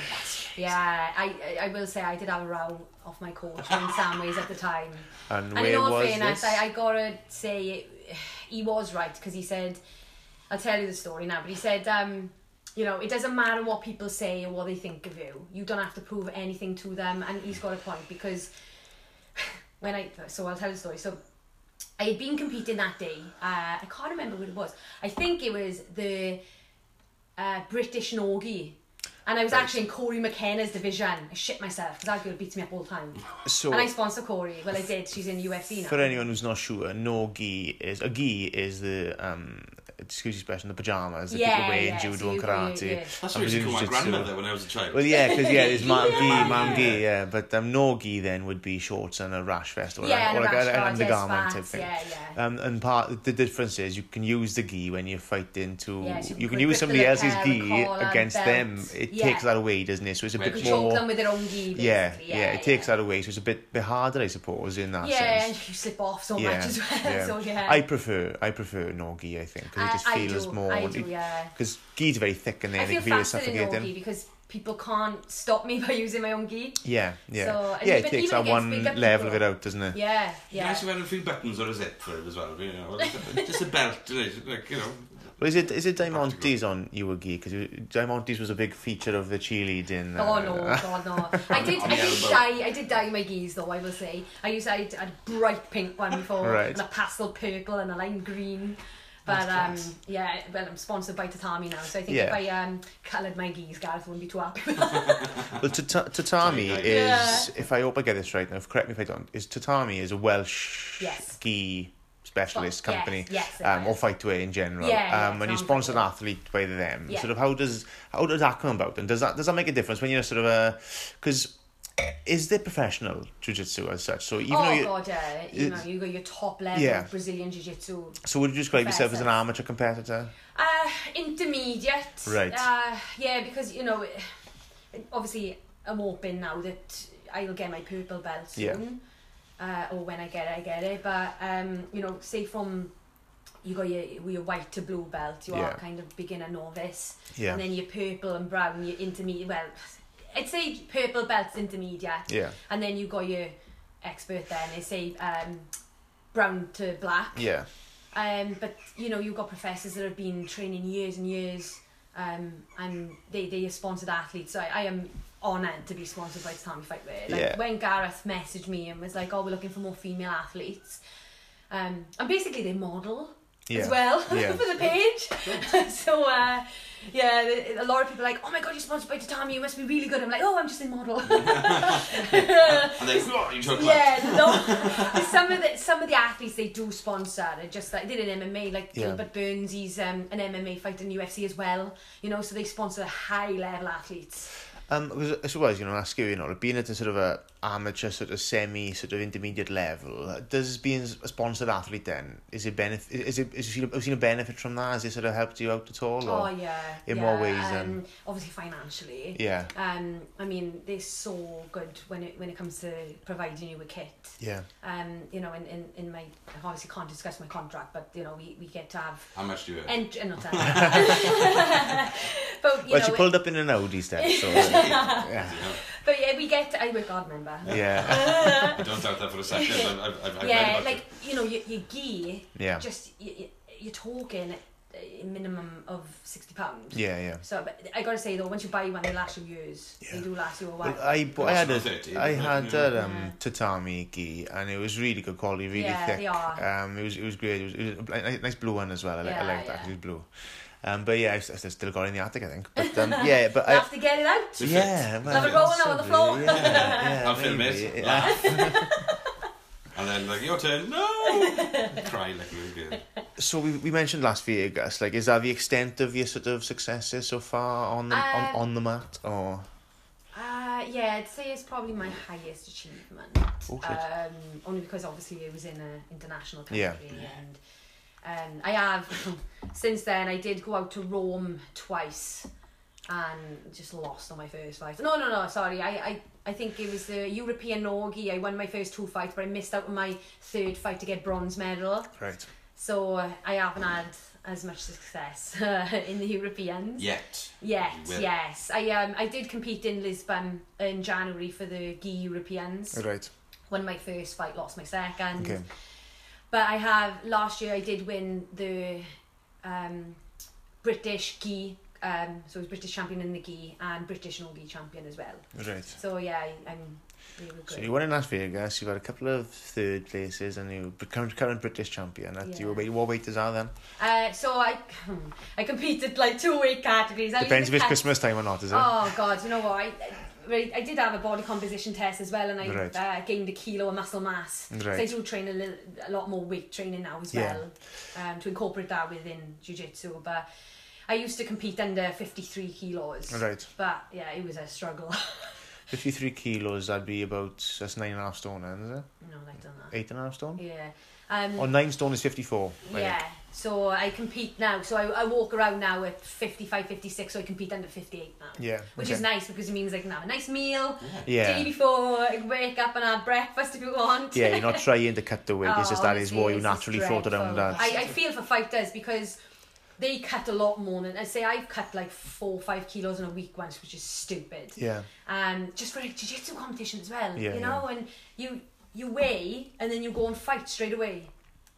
C: Yeah, I, I I will say I did have a row off my coach in Samways at the time.
A: And
C: And in
A: where
C: all
A: was
C: fairness,
A: this?
C: I, I gotta say it, he was right because he said, I'll tell you the story now, but he said, um, you know, it doesn't matter what people say or what they think of you. You don't have to prove anything to them, and he's got a point because. when I so I'll tell the story. So I had been competing that day. Uh, I can't remember what it was. I think it was the uh, British Norgie. And I was
A: Right.
C: actually in Corey McKenna's division. I shit myself because that girl beats me up all the time.
A: So
C: And I sponsor Corey. Well, I did. She's in UFC now.
A: For anyone who's not sure, no gi is a gi is the um excuse expression the pajamas that
C: Yeah,
A: people wear
C: yeah,
A: in judo
C: so
A: and
C: you- yeah,
A: karate.
C: yeah.
B: That's
A: and
B: what I used to call
A: Brazilian
B: my
A: jiu-jitsu.
B: grandmother when I was a child.
A: Well, yeah, because yeah, there's ma'am gi,
C: Yeah.
A: ma'am gi, yeah, but um, no gi then would be shorts and a rash vest or,
C: yeah,
A: or
C: and a
A: like
C: rash
A: a,
C: guard,
A: an undergarment
C: yes,
A: type
C: spats,
A: thing.
C: Yeah, yeah.
A: Um, and part the difference is you can use the gi when you're fighting to
C: Yeah, so you
A: you
C: can
A: can use
C: put- put the
A: somebody else's
C: lapel, the
A: gi
C: collar,
A: against
C: belt.
A: them. It
C: Yeah.
A: takes that away, doesn't it? So it's a
B: Right.
A: bit
C: You
B: You
A: more.
C: choke them with their own gi, basically.
A: yeah, yeah,
C: yeah
A: it takes that away, so it's a bit, bit harder, I suppose, in that
C: Yeah,
A: sense.
C: and you slip off so much as well. So yeah.
A: I prefer I prefer Norgi, I think, because it
C: I-
A: just
C: I
A: feels
C: do,
A: more.
C: I do, yeah.
A: Because gi's very thick in there,
C: I
A: and
C: feel
A: it can feel
C: faster in
A: suffocating.
C: Norgie because people can't stop me by using my own gi.
A: Yeah, yeah,
C: So, and
A: yeah.
C: even-
A: it takes
C: even
A: that one
C: against bigger
A: level of it
C: people.
A: out, doesn't it?
C: Yeah,
B: Yeah.
C: yeah.
B: Nice wearing a few buttons or a zip for it as well, you know. Just a belt, you know, like, you know.
A: Well, is it is it Diamantes on you were gi? Because Diamantes was a big feature of the cheerleading.
C: Oh
A: uh,
C: no, God no! I did,
B: On
C: I
B: the
C: did
B: elbow.
C: dye, I did dye my geese though. I will say, I used, I had a bright pink one before,
A: Right.
C: and a pastel purple and a lime green. But um,
B: That's
C: yeah, well, I'm sponsored by Tatami now, so I think
A: Yeah.
C: if I um, coloured my geese, Gareth wouldn't be too happy with that.
A: Well, tata- tatami
B: Sorry,
A: is
B: guys.
C: Yeah.
A: if I hope I get this right now. Correct me if I don't. Is tatami is a Welsh
C: Yes.
A: gi specialist
C: Well, yes,
A: company,
C: yes, it
A: um, or
C: is.
A: fightwear in general.
C: Yeah, yeah,
A: um, and you
C: sounds
A: sponsor an
C: like it.
A: athlete by them.
C: Yeah.
A: Sort of how does how does that come about, and does that does that make a difference when you're sort of a because is there professional jujitsu as such? So even though
C: oh
A: you,
C: God, yeah, you know,
A: it's-
C: you got your top level
A: Yeah.
C: Brazilian Jiu-Jitsu
A: so would you describe yourself as an
C: Professors.
A: amateur competitor?
C: Uh, intermediate.
A: Right.
C: Uh, yeah, because you know, obviously I'm hoping now that I'll get my purple belt
A: Yeah.
C: soon. Uh, or when I get it, I get it. But um, you know, say from you got your your white to blue belt, you
A: Yeah.
C: are kind of beginner novice,
A: Yeah.
C: and then your purple and brown, your intermediate. Well, I'd say purple belt's intermediate,
A: Yeah.
C: and then you got your expert. Then they say um, brown to black.
A: Yeah.
C: Um, but you know, you've got professors that have been training years and years, um, and they they are sponsored athletes. So I, I am honoured to be sponsored by Tatami Fightwear. Like
A: Yeah.
C: when Gareth messaged me and was like, "Oh, we're looking for more female athletes," um, and basically they model
A: Yeah.
C: as well
A: Yeah.
C: for the page. so uh, yeah, the- a lot of people are like, "Oh my god, you're sponsored by Tatami. You must be really good." I'm like, "Oh, I'm just a model."
B: And they, what are you talking about?
C: Yeah, no. some of the some of the athletes they do sponsor and just like they did an MMA like
A: Yeah.
C: Gilbert Burns he's um, an MMA fighter in UFC as well you know so they sponsor high level athletes
A: Um, I was, I suppose you know, ask you, you know, like, being at a sort of a amateur, sort of semi, sort of intermediate level, uh, does being a sponsored athlete then is it benefit? Is it is it seen a- have you seen a benefit from that? Has it sort of helped you out at all?
C: oh
A: Or?
C: yeah
A: in
C: yeah.
A: what ways,
C: um,
A: um,
C: obviously financially
A: yeah,
C: um I mean they're so good when it when it comes to providing you with kit
A: yeah,
C: um you know in, in, in my I obviously can't discuss my contract but you know we, we get to have
B: How much do you earn?
C: and not that. but you
A: well,
C: know
A: she
C: it-
A: pulled up in an Audi step, so yeah,
B: You know,
C: but yeah we get I work hard member
A: yeah,
B: I don't doubt that for a second. I've, I've, I've, I've read
C: yeah,
B: about
C: like
B: it.
C: you know, your, your gear,
A: yeah,
C: just you, you- you're talking a uh, minimum of sixty pounds.
A: yeah, yeah.
C: So but I gotta say though, once you buy one, they last you years.
A: Yeah.
C: They do last you a while.
A: Well, I, bo- I had
B: Cost about 30,
A: a, I
B: isn't it?
A: had
B: Yeah.
A: a um, tatami gi and it was really good quality, really
C: Yeah,
A: thick.
C: they are.
A: Um, it was it was great. It was, it was a ni- nice blue one as well. I, like I
C: Yeah,
A: liked that. 'cause
C: yeah.
A: It was blue. Um, but yeah, I, s- I s- still got it in the attic, I think. But um, yeah, but
C: you
A: I,
C: have to get it out.
B: To fit.
A: yeah, well,
C: Have a roll now on the
A: possibly,
C: floor.
A: Yeah, yeah,
B: I'll film
A: maybe, uh,
B: it.
A: yeah.
B: Laugh. and then like your turn. No. Cry like a little girl.
A: So we we mentioned Las Vegas. Like, is that the extent of your sort of successes so far on the on,
C: Um,
A: on the mat or?
C: Uh, yeah, I'd say it's probably my highest achievement.
A: Oh, shit.
C: um, only because obviously it was in an international country
A: Yeah.
C: and um, I have since then I did go out to Rome twice and just lost on my first fight. No, no, no, sorry. I, I, I think it was the European Norgi. I won my first two fights, but I missed out on my third fight to get bronze medal.
A: Right.
C: So uh, I haven't had as much success uh, in the Europeans.
B: Yet.
C: Yes,
B: You will.
C: yes. I um I did compete in Lisbon in January for the Gi Europeans.
A: Right.
C: Won my first fight, lost my second.
A: Okay.
C: But I have last year I did win the um British Gi um so I was British champion in the Gi and British no Gi champion as well.
A: Right.
C: So yeah, I, I'm They were
A: So
C: great.
A: you won in Las Vegas, you've had a couple of third places, and you're current, current British champion. That
C: Yeah.
A: you were, what weighters are then?
C: Uh, so I, I competed like two weight categories. I
A: Depends
C: used
A: if
C: to
A: it's
C: cut-
A: Christmas time or not, is it?
C: Oh God, you know what? I, I, I did have a body composition test as well, and I
A: Right.
C: uh, gained a kilo of muscle mass. So I
A: Right.
C: do train a, little, a lot more weight training now as
A: Yeah.
C: well, um, to incorporate that within jiu-jitsu. But I used to compete under fifty-three kilos.
A: Right.
C: But yeah, it was a struggle.
A: 53 kilos, that'd be about, that's nine and a half stone then, is it?
C: no, I done that.
A: Eight and a half stone?
C: Yeah. Um,
A: Or nine stone is 54. I
C: yeah.
A: think.
C: So I compete now. So I, I walk around now at 55, 56, so I compete under 58 now.
A: Yeah.
C: Which
A: okay.
C: is nice because it means I can have a nice meal, day
A: Yeah.
C: before, I can wake up and have breakfast if you want.
A: Yeah, you're not trying to cut the weight, it's just that is
C: Oh, honestly,
A: what you
C: it's just
A: naturally float around
C: dreadful.
A: at.
C: I, I feel for fighters because they cut a lot more than I say. I've cut like four, five kilos in a week once, which is stupid.
A: Yeah,
C: Um, just for a jiu-jitsu competition as well,
A: Yeah,
C: you know, and you you weigh and then you go and fight straight away.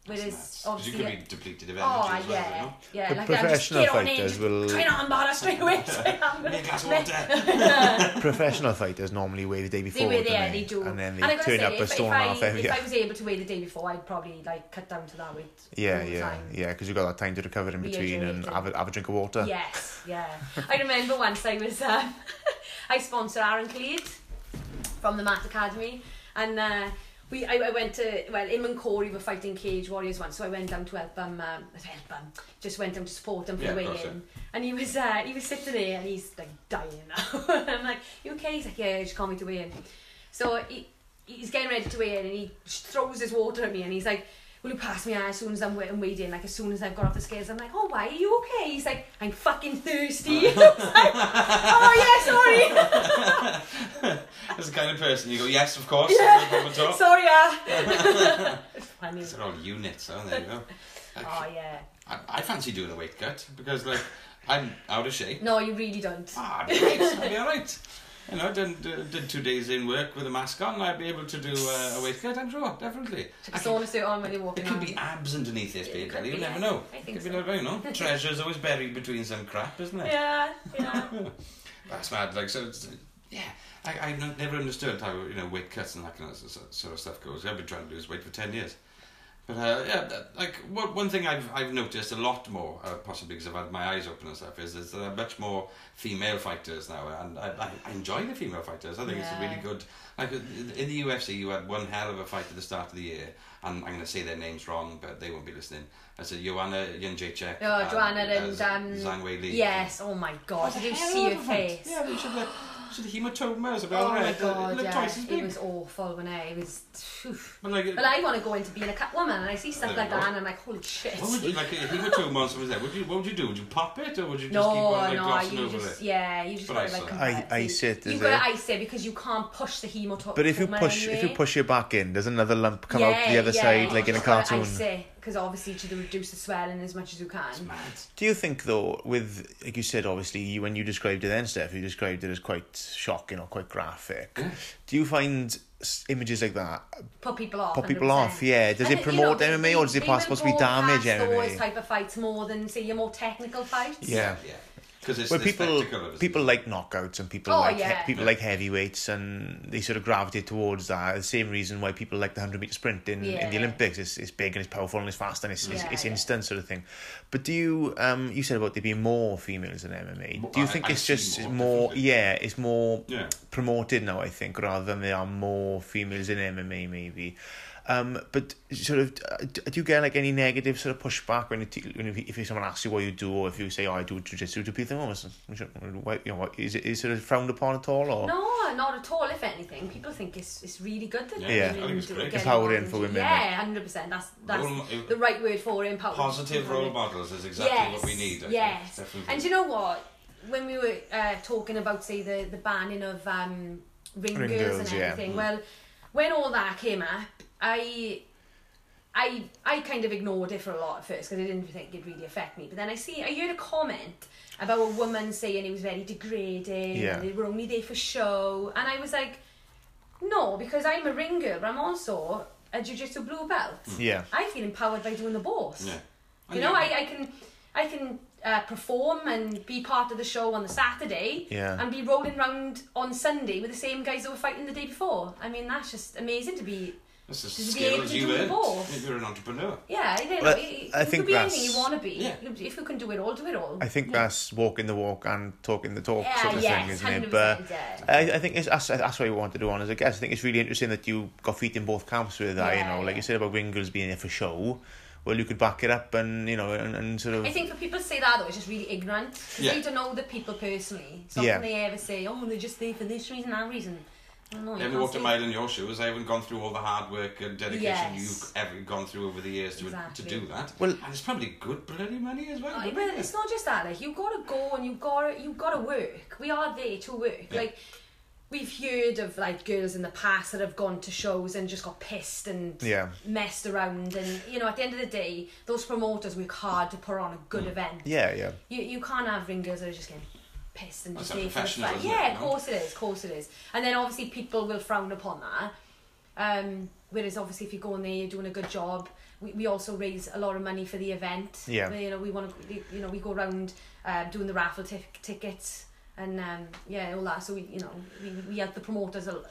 C: Whereas
B: Because you
C: obviously,
B: could be depleted of energy
C: oh
B: as well,
C: yeah,
B: you
C: yeah,
A: But
C: like I just
A: professional
C: get on in,
A: fighters
C: just
A: will-
C: train on Barra straight away. say,
B: know?
C: I'm gonna-
B: Make a glass of water.
A: professional fighters normally weigh the day
C: They
A: before,
C: were
A: don't
C: there, they do.
A: e, and then they
C: I gotta
A: turn
C: say,
A: up a
C: if,
A: stone
C: if
A: and a half
C: I,
A: every
C: If
A: yeah.
C: I was able to weigh the day before, I'd probably like cut down to that weight.
A: Yeah,
C: all the
A: yeah,
C: time.
A: yeah, because you've got that time to recover in between and
C: Rehydrated.
A: have a, have a drink of water.
C: Yes, yeah. I remember once I was, um, I sponsor Aaron Cleed from the Matt Academy, and uh, we, I, I went to, well, him and Corey were fighting Cage Warriors once, so I went down to help him, um, not help him, just went down to support him for
B: Yeah,
C: the
B: of
C: weigh
B: course,
C: in. And he was, uh, he was sitting there, and he's like dying now. and I'm like, you okay? He's like, yeah, just call me to weigh in. So he, he's getting ready to weigh in, and he just throws his water at me, and he's like. will you pass me out as soon as I'm wet and weighed in? Like, as soon as I've got off the scales, I'm like, oh, why are you okay? He's like, I'm fucking thirsty. I was like, oh, yeah, sorry.
B: That's the kind of person you go, yes, of course.
C: Yeah.
B: No problem at all.
C: sorry, yeah. Funny.
B: They're all units, aren't they? You know? Like,
C: Oh, yeah.
B: I, I fancy doing a weight cut because, like, I'm out of shape.
C: No, you really don't.
B: Ah, I'd be right. I'd be all right. You know, I did, did two days in work with a mask on. I'd be able to do uh, a weight cut. I'm sure, definitely.
C: Took
B: I
C: a
B: can-
C: sauna suit on when you're walking
B: It could
C: around.
B: be abs underneath this
C: It
B: beard,
C: could
B: Ellie. You
C: be,
B: never
C: yeah.
B: know.
C: I
B: It
C: think
B: could be
C: so.
B: like, you know, treasure's always buried between some crap, isn't it?
C: Yeah, yeah.
B: That's mad. Like so, it's, yeah. I I no- never understood how you know weight cuts and that kind of s- s- sort of stuff goes. I've been trying to lose weight for ten years, but uh, yeah, that- like one one thing I've I've noticed a lot more, uh, possibly because I've had my eyes open and stuff, is is there are much more female fighters now, and I, I- I enjoy the female fighters. I think it's a
C: Yeah.
B: really good. Like in the UFC, you had one hell of a fight at the start of the year, and I'm going to say their names wrong, but they won't be listening. I said Joanna Jędrzejczyk.
C: Oh, Joanna and,
B: uh,
C: um,
B: Zhang Wei Li.
C: Yes, oh my god, did you see her face?
B: Yeah, but she had like she had uh, hematomas about
C: Oh
B: her
C: my
B: head. it
C: god,
B: looked
C: yeah.
B: twice as
C: It
B: big.
C: was awful when I, it was. Oof.
B: But like,
C: But I want to go into being a cat woman, and I see stuff
B: There
C: like
B: we go.
C: that, and I'm like, holy shit.
B: what would you like a hematoma on someone's head? Would you what would you do? Would you pop it or would you just
C: No,
B: keep on like
C: no,
B: glossing
C: you
B: over
C: just
B: it?
C: yeah, you just
B: But
C: gotta
B: ice
C: like
B: it.
A: I-
C: compare it.
A: ice it, is
C: You've got to
A: it?
C: ice it because you can't push the hematoma.
A: But if you push, if
C: eh?
A: you push your back in, doesn't another lump come out the other side like in a cartoon?
C: Ice it because obviously to reduce the swelling as much as you can.
B: Mad.
A: Do you think though, with like you said, obviously you, when you described it then, Steph, you described it as quite shocking or quite graphic. Do you find s- images like that
C: Put people off.
A: pop people off?
C: 100%.
A: Yeah. Does
C: And
A: it
C: then, you know,
A: promote
C: they-
A: MMA or does
C: they
A: it
C: will
A: supposed to be
C: go
A: damage
C: past Those
A: MMA?
C: type of fights more than say your more technical fights.
A: Yeah.
B: Yeah. Because it's
A: Well,
B: the
A: people
B: spectacle of it.
A: people like knockouts and people
C: Oh,
A: like he-
C: yeah.
A: people like heavyweights and they sort of gravitate towards that. The same reason why people like the hundred meter sprint in, in the
C: Yeah.
A: Olympics. It's it's big and it's powerful and it's fast and it's it's,
C: Yeah,
A: it's
C: yeah.
A: instant sort of thing. But do you um you said about there being more females in MMA?
B: Well,
A: Do you
B: I-
A: think
B: I
A: it's
B: see
A: just
B: more,
A: more, more
B: definitely.
A: yeah it's more
B: Yeah.
A: promoted now I think rather than there are more females in MMA maybe. Um, but sort of, uh, d- do you get like any negative sort of pushback when, it, when if, if someone asks you what you do, or if you say, "Oh, I do jujitsu," do people think, "Oh, it's- it's- why- you know, what- is it is it sort of frowned upon at all?" Or
C: No, not at all. If anything, people think it's it's really good that
B: Yeah,
A: Yeah. I
C: women
B: think it's
C: do-
B: great.
C: get
A: Empowering
C: involved
A: for
C: in-
A: women,
C: Yeah, hundred percent. That's that's
B: Role mo-
C: the right word for it. Empowering.
B: Positive role models is exactly
C: yes.
B: what we need. I
C: yes.
B: Think. Definitely.
C: And do you know what? When we were uh, talking about, say, the, the banning of um, ring,
A: Ring
C: girls,
A: girls,
C: and
A: yeah.
B: Mm.
C: everything, well, when all that came up, I. I, I kind of ignored it for a lot at first because I didn't think it'd really affect me. But then I see I heard a comment about a woman saying it was very degrading
A: Yeah.
C: and they were only there for show, and I was like, no, because I'm a ring girl, but I'm also a jiu-jitsu blue belt.
A: yeah,
C: I feel empowered by doing the both.
B: yeah.
C: You know, I, I can I can uh, perform and be part of the show on the Saturday
A: Yeah.
C: and be rolling round on Sunday with the same guys that were fighting the day before. I mean, that's just amazing to be.
B: That's a
C: Just be
B: skill
C: able
B: as
C: to
B: you
C: do
B: earn
C: both.
B: if you're an entrepreneur.
C: Yeah, you know,
A: Well,
C: it,
A: I
C: it
A: think
C: could be anything
A: that's-
C: you want to be.
B: Yeah.
C: If you can do it all, do it all.
A: I think that's walking the walk and talking the talk
C: Yeah,
A: sort of
C: yes,
A: thing, isn't it?
C: 100%,
A: But um,
C: yeah.
A: I, I think it's, that's, that's what we wanted to do on as a guest. I think it's really interesting that you got feet in both camps with that, you
C: Yeah,
A: know, like
C: yeah.
A: you said about Wingles being there for show. Well, you could back it up and, you know, and, and sort of...
C: I think for people to say that though, it's just really ignorant. 'Cause
B: Yeah.
C: They don't know the people personally. So
A: Yeah.
C: often they ever say, "Oh, they're just there for this reason, that reason." No, no, you
B: I haven't
C: can't
B: walked
C: say
B: a mile in your shoes. I haven't gone through all the hard work and dedication
C: Yes.
B: you've ever gone through over the years to,
C: Exactly.
B: to do that.
A: Well-
B: and it's probably good bloody money as well.
C: Oh,
B: wouldn't
C: but
B: it?
C: it's not just that. Like you gotta go and you gotta you gotta work. We are there to work.
B: Yeah.
C: Like we've heard of like girls in the past that have gone to shows and just got pissed and
A: Yeah.
C: messed around. And you know, at the end of the day, those promoters work hard to put on a
B: Mm.
C: good event.
A: Yeah, yeah.
C: You you can't have ringers that are just getting pissed and
B: That's
C: just there for the
B: unprofessional,
C: fun.
B: isn't it,
C: Yeah,
B: you
C: of
B: know?
C: course it is, of course it is. And then obviously people will frown upon that. Um, whereas obviously if you go in there, you're doing a good job. We, we also raise a lot of money for the event.
A: Yeah.
C: You know, we want to, you know, we go around uh, doing the raffle tic tickets and um, yeah, all that. So we, you know, we, we help the promoters a, l-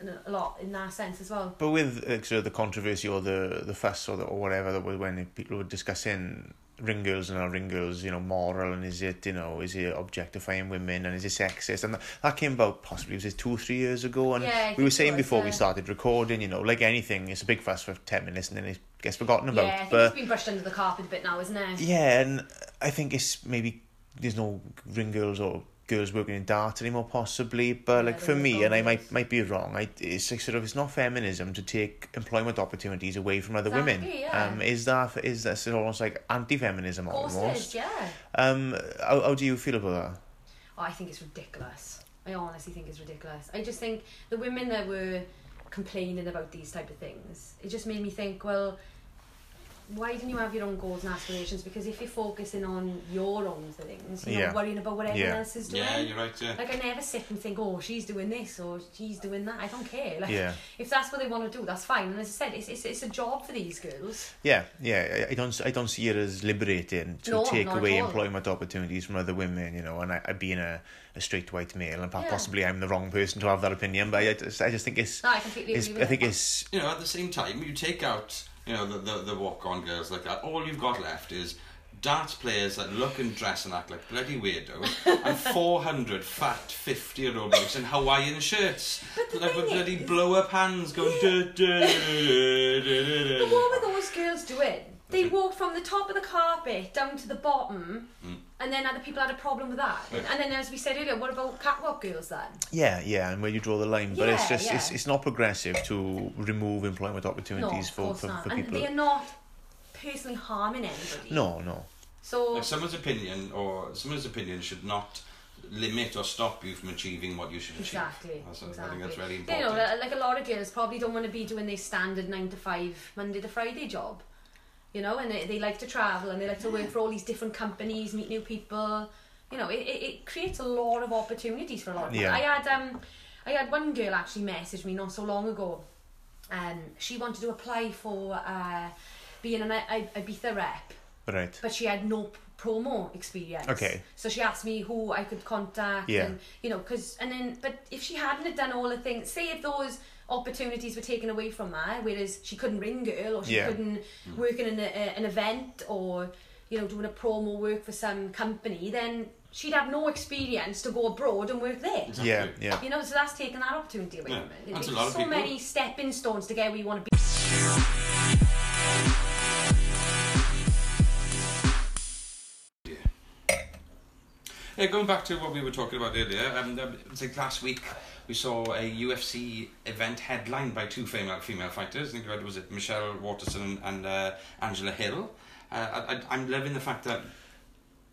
C: in- a lot in that sense as well.
A: But with uh, sort of the controversy or the the fuss or the, or whatever that was when people were discussing ring girls and are ring girls, you know, moral and is it you know is it objectifying women and is it sexist and that, that came about possibly was it two or three years ago and
C: Yeah, I
A: we were
C: think it
A: saying
C: was,
A: before we
C: yeah.
A: started recording, you know, like anything, it's a big fuss for ten minutes and then it gets forgotten about.
C: yeah, I think
A: but
C: it's been brushed under the carpet a bit now, isn't it?
A: yeah, and I think it's maybe there's no ring girls or girls working in dart anymore, possibly. But like
C: Yeah,
A: for
C: there
A: me,
C: are
A: and I might
C: those.
A: might be wrong. I it's like sort of it's not feminism to take employment opportunities away from other women.
C: Exactly, yeah.
A: Um, is that is that sort of almost like anti-feminism
C: Of course it
A: almost?
C: is, yeah.
A: Um, how how do you feel about that?
C: Oh, I think it's ridiculous. I honestly think it's ridiculous. I just think the women that were complaining about these type of things, it just made me think, well, why didn't you have your own goals and aspirations? Because if you're focusing on your own things, you're
A: Yeah.
C: not worrying about what everyone
A: Yeah.
C: else is doing.
B: Yeah, you're right. Yeah.
C: Like I never sit and think, oh, she's doing this or she's doing that. I don't care. Like
A: Yeah.
C: if that's what they want to do, that's fine. And as I said, it's it's, it's a job for these girls.
A: Yeah, yeah. I- I don't, I don't see it as liberating to
C: No,
A: take
C: not at
A: away
C: all.
A: employment opportunities from other women, you know. And I, I being a, a straight white male, and po-
C: Yeah.
A: possibly I'm the wrong person to have that opinion, but I, I just, I just think it's,
C: No, I completely
A: it's I
C: agree with
A: think
C: you.
A: it's
B: you know, at the same time, you take out, you know, the, the, the walk-on girls like that. All you've got left is darts players that look and dress and act like bloody weirdos, and 400 fat 50-year-old blokes in Hawaiian shirts,
C: But the
B: like with
C: thing
B: bloody
C: is-
B: blow-up hands going. "Duh, duh, duh, duh, duh, duh,
C: But
B: duh."
C: what were those girls doing? They walked from the top of the carpet down to the bottom,
A: Hmm.
C: and then other people had a problem with that.
B: Yeah.
C: And then, as we said earlier, what about catwalk girls then?
A: Yeah, yeah, and where you draw the line, but it's
C: Yeah,
A: just
C: yeah.
A: it's, it's not progressive to remove employment
C: No,
A: opportunities
C: of
A: for,
C: course
A: for,
C: not.
A: for
C: and
A: people.
C: they are not personally harming anybody.
A: No, no.
C: So
B: Like someone's opinion or someone's opinion should not limit or stop you from achieving what you should achieve.
C: exactly,
B: That's,
C: exactly.
B: I think that's really
C: You
B: important.
C: know, li- like a lot of girls probably don't want to be doing their standard nine to five Monday to Friday job. You know, and they, they like to travel and they like to work for all these different companies, meet new people. You know, it, it, it creates a lot of opportunities for a lot of
A: Yeah.
C: people. I had um, I had one girl actually message me not so long ago. Um, she wanted to apply for uh, being an I- I- Ibiza rep.
A: Right.
C: but she had no p- promo experience.
A: Okay.
C: So she asked me who I could contact.
A: Yeah.
C: And, you know, because and then, but if she hadn't have done all the things, say if those opportunities were taken away from her, whereas she couldn't ring girl or she
A: Yeah.
C: couldn't
B: Mm.
C: work in an, a, an event or you know doing a promo work for some company, then she'd have no experience to go abroad and work there.
A: Yeah,
B: Exactly.
A: yeah.
C: You know, so that's taken that opportunity away
B: Yeah.
C: from it.
B: That's
C: There's
B: a lot of
C: so
B: people.
C: many stepping stones to get where you want to be.
B: Yeah, going back to what we were talking about earlier, um, um, it's like last week we saw a UFC event headlined by two female female fighters. I think it was it Michelle Waterson and uh, Angela Hill. Uh, I, I, I'm loving the fact that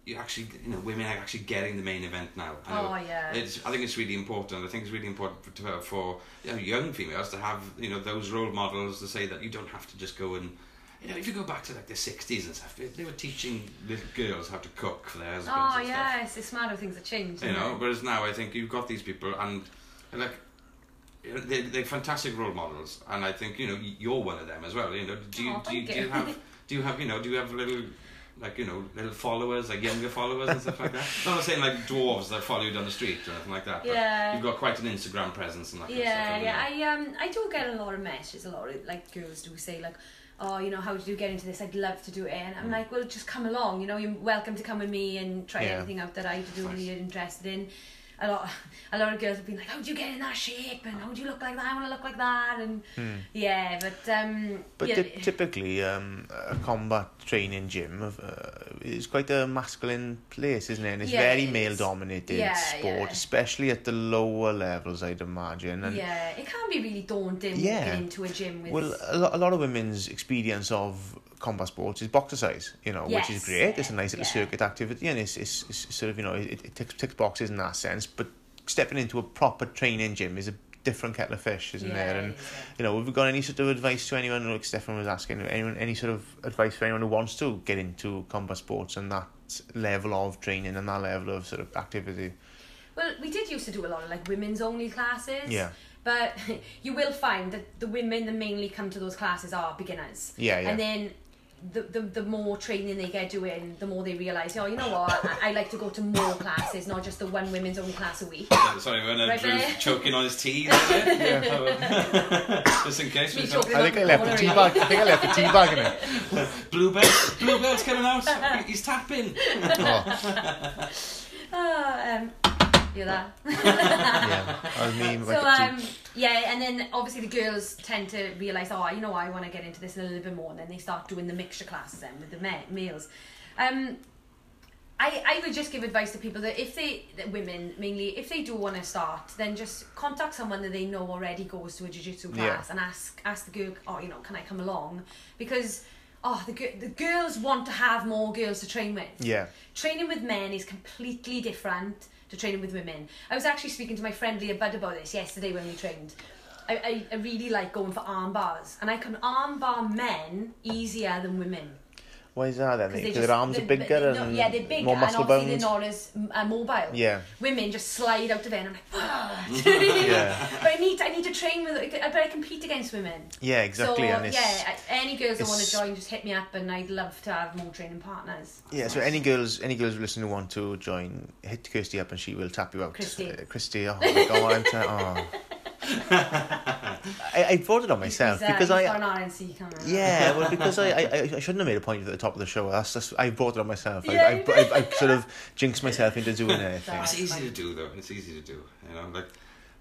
B: you actually, you know, women are actually getting the main event now. I know
C: Oh, yeah.
B: It's, I think it's really important. I think it's really important for, to- for you know, young females to have you know those role models to say that you don't have to just go and. You know, if you go back to like the '60s and stuff, they- they were teaching little girls how to cook for their husbands.
C: Oh
B: and stuff.
C: yes, it's mad how things have changed.
B: You
C: isn't
B: know,
C: it?
B: whereas now I think you've got these people and like they they're fantastic role models, and I think you know you're one of them as well. You know, do you
C: Aw,
B: do, you,
C: Oh, thank
B: do you
C: you.
B: have do you have you know do you have little like you know little followers, like younger followers and stuff like that. Not saying like dwarves that follow you down the street or anything like that. but
C: Yeah.
B: you've got quite an Instagram presence and that. kind of stuff,
C: Yeah,
B: haven't
C: yeah.
B: you?
C: I um I do get a lot of messages. A lot of like girls do say like, oh, you know, how did you get into this? I'd love to do it. And
A: Hmm.
C: I'm like, well, just come along. You know, you're welcome to come with me and try
A: Yeah.
C: anything out that I do
B: Nice.
C: you're interested in. A lot, a lot of girls have been like, how do you get in that shape? And how do you look like that? I want to look like that. And yeah, but um,
A: Hmm. But
C: yeah,
A: ty- typically, um, a combat training gym of, uh, is quite a masculine place, isn't it? And it's
C: Yeah,
A: very
C: it is.
A: male dominated
C: Yeah,
A: sport,
C: yeah.
A: especially at the lower levels, I'd imagine. And
C: yeah, it can be really daunting
A: Yeah.
C: walking into a gym with.
A: Well, a lot, a lot of women's experience of combat sports is boxer size, you know, which is
C: Yes,
A: great. It's a nice little
C: yeah.
A: circuit activity, and it's, it's, it's sort of you know it, it ticks, ticks boxes in that sense. But stepping into a proper training gym is a different kettle of fish, isn't
C: Yeah,
A: there? And
C: it is, yeah.
A: you know, have we got any sort of advice to anyone? Like Stefan was asking, anyone any sort of advice for anyone who wants to get into combat sports and that level of training and that level of sort of activity?
C: Well, we did used to do a lot of like women's only classes.
A: Yeah.
C: But you will find that the women that mainly come to those classes are beginners.
A: Yeah, yeah.
C: And then the, the, the more training they get doing, the more they realise, oh, you know what, I, I like to go to more classes, not just the one women's only class a week.
B: Uh, Sorry, when
C: Right
B: Andrew's
C: there.
B: choking on his tea. that's it. Just in case.
C: Me
B: we don't-
C: choking. I think I left the tea
A: bag. I think I left the tea bag in it.
B: Bluebell, Bluebell's coming out. He's tapping.
C: Oh, um, you're that.
A: yeah, I mean,
C: So um, yeah, and then obviously the girls tend to realise, oh, you know, what, I want to get into this a little bit more, and then they start doing the mixture classes then with the ma- males. Um, I I would just give advice to people that if they that women mainly if they do want to start, then just contact someone that they know already goes to a jiu-jitsu
A: Yeah.
C: class and ask ask the girl, oh, you know, can I come along? Because oh, the gi- the girls want to have more girls to train with
A: yeah.
C: training with men is completely different to training with women. I was actually speaking to my friend Leah Budd about this yesterday when we trained. I, I, I really like going for arm bars, and I can arm bar men easier than women.
A: Why is that then?
C: 'Cause they
A: Because
C: just-
A: their arms are
C: they're-
A: bigger
C: they're not-
A: and
C: yeah, they're bigger,
A: more muscle
C: and obviously
A: bound.
C: they're not as m- uh, mobile.
A: Yeah.
C: women just slide out of it, and I'm like, "Fuck." Do you know what I mean?
A: Yeah.
C: But I need, I need to train with, I- but I compete against women.
A: yeah, exactly.
C: so
A: and it's, yeah,
C: yeah, any girls that want to
A: it's-
C: join, just hit me up, and I'd love to have more training partners.
A: So any girls, any girls listening who want to join, hit Kirsty up and she will tap you out.
C: Kirsty.
A: Uh, Kirsty, oh my god, I'm ta- oh. I, I voted on myself
C: He's, uh,
A: because
C: he's got
A: I.
C: an RNC camera.
A: Yeah, well, because I, I, I I shouldn't have made a point of it at the top of the show. That's just, I brought it on myself.
C: Yeah,
A: I,
C: you
A: I, I, I sort of jinxed myself into doing anything.
C: Sorry.
B: It's easy to do though. It's easy to do. You know, like,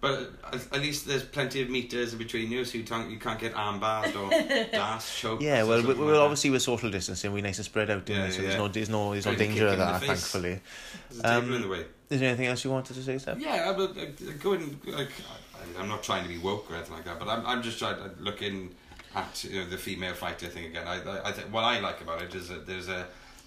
B: but at at least there's plenty of meters in between you, so you don't you can't get arm barred or dash choked.
A: Yeah,
B: or
A: well, we,
B: something
A: we
B: like
A: will
B: that.
A: obviously we're social distancing. We're nice and spread out, doing
B: Yeah,
A: it, so
B: yeah.
A: there's no, there's no, there's no
B: Don't get
A: danger of
B: kicked in the
A: that,
B: face.
A: thankfully.
B: There's a table
A: um,
B: in the way.
A: Is there anything else you wanted to say, Steph?
B: Yeah, I- but uh, go and like, I- I'm not trying to be woke or anything like that, but I'm I'm just trying to look in at you know the female fighter thing again. I I, I think what I like about it is that there's a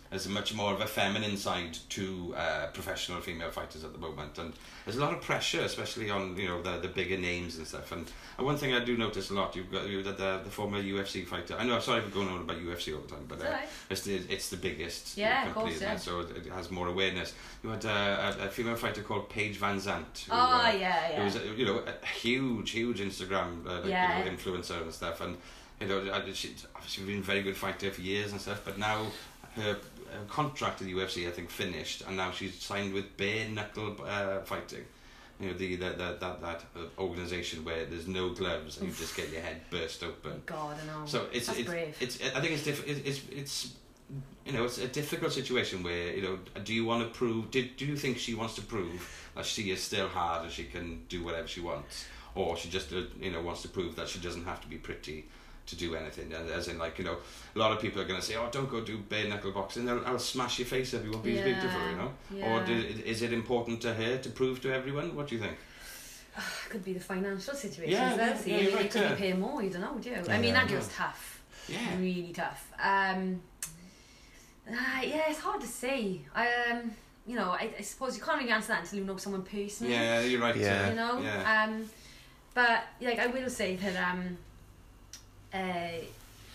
B: there's a much more of a feminine side to uh, professional female fighters at the moment, and there's a lot of pressure, especially on you know the the bigger names and stuff. And, and one thing I do notice a lot, you've got you the, the the former UFC fighter. I know I'm sorry for going on about UFC all the time, but
C: It's
B: uh,
C: alright.
B: it's the it's the biggest
C: Yeah, of
B: company,
C: course,
B: isn't
C: yeah.
B: it? so it it has more awareness. You had uh, a, a female fighter called Paige Van Zant. who,
C: Oh
B: uh,
C: yeah, yeah.
B: It was, uh, you know, a huge, huge Instagram uh, like,
C: Yeah.
B: you know, influencer and stuff. And, you know, I- she's obviously been a very good fighter for years and stuff. But now her, her contract with the UFC, I think, finished. And now she's signed with bare knuckle uh, fighting. You know, the, the, the, that, that organisation where there's no gloves and you just get your head burst open.
C: God, I know.
B: So it's
C: That's
B: it's,
C: brave.
B: it's I think it's diff- it's it's- it's you know it's a difficult situation where you know do you want to prove did do you think she wants to prove that she is still hard and she can do whatever she wants or she just uh, you know wants to prove that she doesn't have to be pretty to do anything and as in like you know a lot of people are going to say oh don't go do bare knuckle boxing they'll, I'll smash your face up you won't be as
C: Yeah,
B: beautiful you know or
C: yeah.
B: do, is it important to her to prove to everyone what do you think
C: could be the financial situation.
B: Yeah,
C: as well,
B: yeah,
C: see,
B: yeah,
C: you
B: right,
C: could
B: yeah.
C: be paying more. You don't know, do you? I
A: Yeah.
C: mean, that girl's tough.
B: yeah
C: Really tough. Um, ah, yeah, it's hard to say. Um, you know, I, I suppose you can't really answer that until you know someone personally.
B: yeah you're right
A: Yeah.
B: uh,
C: You know.
B: yeah.
C: Um, but like I will say that um, uh,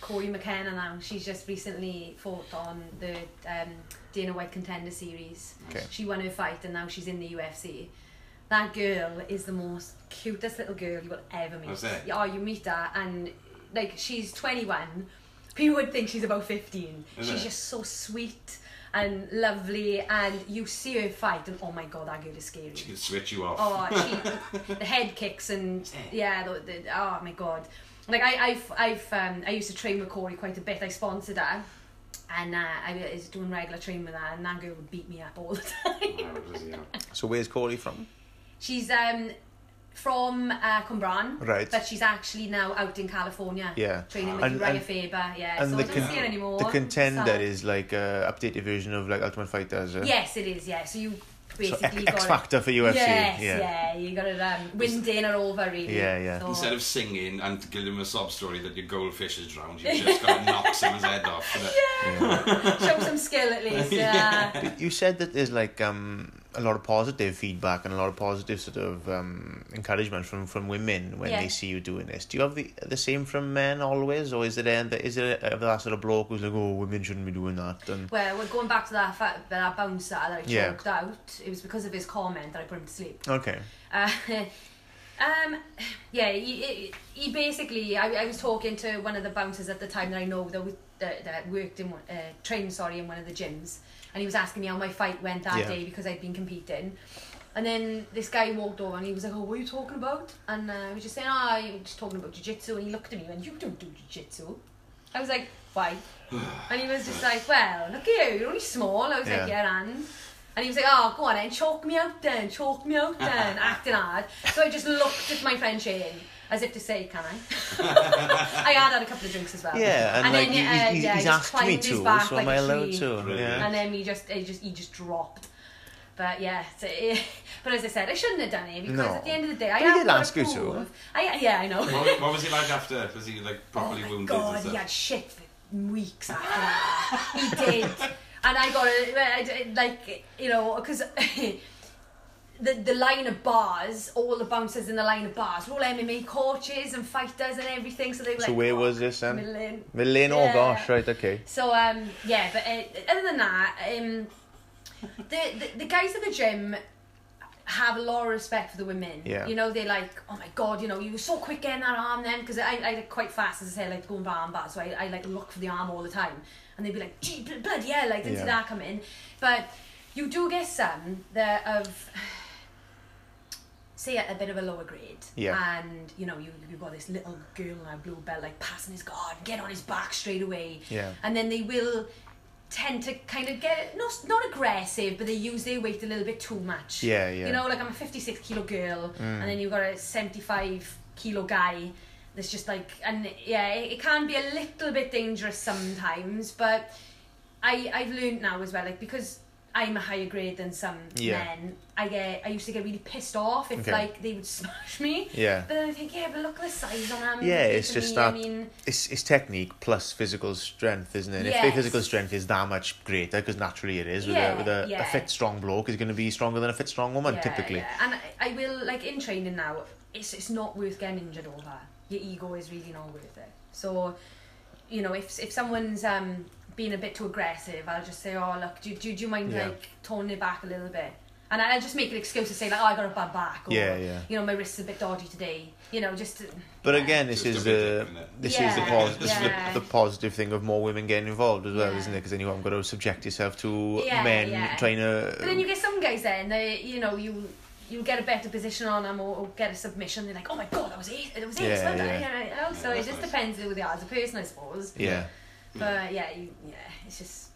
C: Corey McKenna now she's just recently fought on the um, Dana White Contender Series.
A: Okay.
C: She won her fight and now she's in the UFC. That girl is the most cutest little girl you will ever meet.
B: Was it?
C: Yeah, Oh, you meet her and like she's 21 you would think she's about 15.
B: Isn't
C: she's
B: it?
C: just so sweet and lovely, and you see her fight, and oh my god, that girl is scary.
B: She can switch you off.
C: Oh, she, the head kicks and yeah, the, the, oh my god. Like I, I've, I've, um, I used to train with Corey quite a bit. I sponsored her, and uh, I was doing regular training with her, and that girl would beat me up all the time.
B: Oh, bloody hell.
A: So where's Corey from?
C: She's um, from uh, Cumbran,
A: Right.
C: But she's actually now out in California,
A: Yeah.
C: training with
A: And-
C: Raya
A: and-
C: Faber, yeah.
A: and
C: so
A: the
C: I don't
A: con-
C: see her anymore.
A: The contender
C: So-
A: is like a updated version of like Ultimate Fighter. Is it?
C: Yes, it is. Yeah, so you
A: So
C: basically
A: X, X
C: got.
A: Factor for UFC.
C: Yes,
A: yeah.
C: yeah, you got to um, win dinner over really.
A: Yeah, yeah.
C: So-
B: Instead of singing and giving them a sob story that your goldfish is drowned, you've just got to knock someone's head off. isn't it?
C: Show some skill at least. Yeah.
A: You said that there's like um, a lot of positive feedback and a lot of positive sort of um, encouragement from, from women when they
C: Yeah.
A: see you doing this. Do you have the, the same from men always, or is it uh, is it uh, that sort of bloke who's like, oh, women shouldn't be doing that? And
C: well, we're going back to that fa- that bouncer that I choked
A: Yeah.
C: out. It was because of his comment that I put him to sleep.
A: okay,
C: Uh, um, yeah, he, he- he basically, I, I was talking to one of the bouncers at the time that I know that, was, that, that worked in, one- uh, trained, sorry, in one of the gyms. And he was asking me how my fight went that
A: Yeah.
C: day because I'd been competing. And then this guy walked over and he was like, oh, what are you talking about? And uh, I was just saying, oh, I'm just talking about jiu-jitsu. And he looked at me and went, you don't do jiu-jitsu. I was like, why? and he was just like, well, look at you, you're only small. I was like,
A: Yeah.
C: yeah, and... And he was like, oh, go on then, choke me out then, choke me out then, acting hard. So I just looked at my friend Shane, as if to say, can I? I had had a couple of drinks as well.
A: yeah, and, like he-
C: uh,
A: he's, he's,
C: yeah,
A: he's
C: just
A: asked me
C: climbed his
A: to,
C: back
A: so
C: like
A: am
C: a
A: I allowed
C: tree.
A: to?
B: Brilliant.
A: Yeah.
C: And then he just, he just, he just dropped. But yeah, so, but as I said, I shouldn't have done it because
A: No.
C: at the end of the day,
A: But
C: I
A: he
C: have
A: did
C: got
A: ask you to.
C: prove- I, yeah, I know.
B: What, what was he like after? Was he like properly
C: oh my
B: wounded?
C: God,
B: and stuff?
C: he had shit for weeks after that. he did. And I got a, I- I- like, you know, because the, the line of bars, all the bouncers in the line of bars, were all MMA coaches and fighters and everything. So they were
A: So
C: like,
A: where was
C: "Fuck,
A: this then?
C: Middle
A: Millen, oh
C: Yeah.
A: gosh, right, okay.
C: so um, yeah, but uh, other than that, um, the, the the guys at the gym have a lot of respect for the women.
A: Yeah.
C: You know, they're like, oh my god, you know, you were so quick getting that arm then because I, I like quite fast as I say, I like to go and arm bars, so I, I like look for the arm all the time, and they'd be like, gee, bl- blood, yeah, like didn't
A: Yeah.
C: see that come in, but you do get some that of. Say a, a bit of a lower grade,
A: Yeah.
C: and you know you you got this little girl in a blue belt like passing his guard, get on his back straight away,
A: Yeah.
C: and then they will tend to kind of get not not aggressive, but they use their weight a little bit too much.
A: Yeah, yeah. Mm.
C: You know, like I'm a 56 kilo girl, and then you've got a 75 kilo guy. That's just like, and yeah, it, it can be a little bit dangerous sometimes, but I I've learned now as well, like because I'm a higher grade than some
A: Yeah.
C: men. I get I used to get really pissed off if
A: Okay.
C: like they would smash me.
A: Yeah.
C: But then I think yeah, but look at the size on them.
A: Yeah,
C: Look
A: it's
C: at
A: just
C: me,
A: that
C: I mean,
A: it's, it's technique plus physical strength, isn't it? If their
C: Yes.
A: physical strength is that much greater, because naturally it is, with, a,
C: Yeah,
A: with a, a
C: yeah.
A: fit, strong bloke is going to be stronger than a fit, strong woman,
C: yeah,
A: typically.
C: yeah. And I, I will like in training now. It's it's not worth getting injured over. Your ego is really not worth it. So, you know, if if someone's um being a bit too aggressive, I'll just say, oh look, do do, do you mind
A: Yeah.
C: like toning it back a little bit? And I'll just make an excuse to say like, oh, I got a bad back, or
A: Yeah, yeah.
C: you know, my wrist's a bit dodgy today. You know, just to,
A: But
C: yeah.
A: again, this
B: Just
A: is
B: a bit
A: the
B: different, isn't it?
A: this is the,
C: Yeah,
A: pos- this is
C: yeah.
A: the, the positive thing of more women getting involved as well,
C: Yeah.
A: isn't it? Because then you haven't got to subject yourself to
C: Yeah,
A: men
C: yeah.
A: trying to.
C: But then you get some guys then, they, you know, you you get a better position on them or, or get a submission. They're like, oh my god, that was it, that was it.
A: Yeah,
C: wasn't
A: yeah.
C: it?" You know, so
B: Yeah,
C: it
B: that's
C: just
B: nice.
C: depends who they are as a person, I suppose.
A: yeah.
C: But yeah, you, yeah, it's just.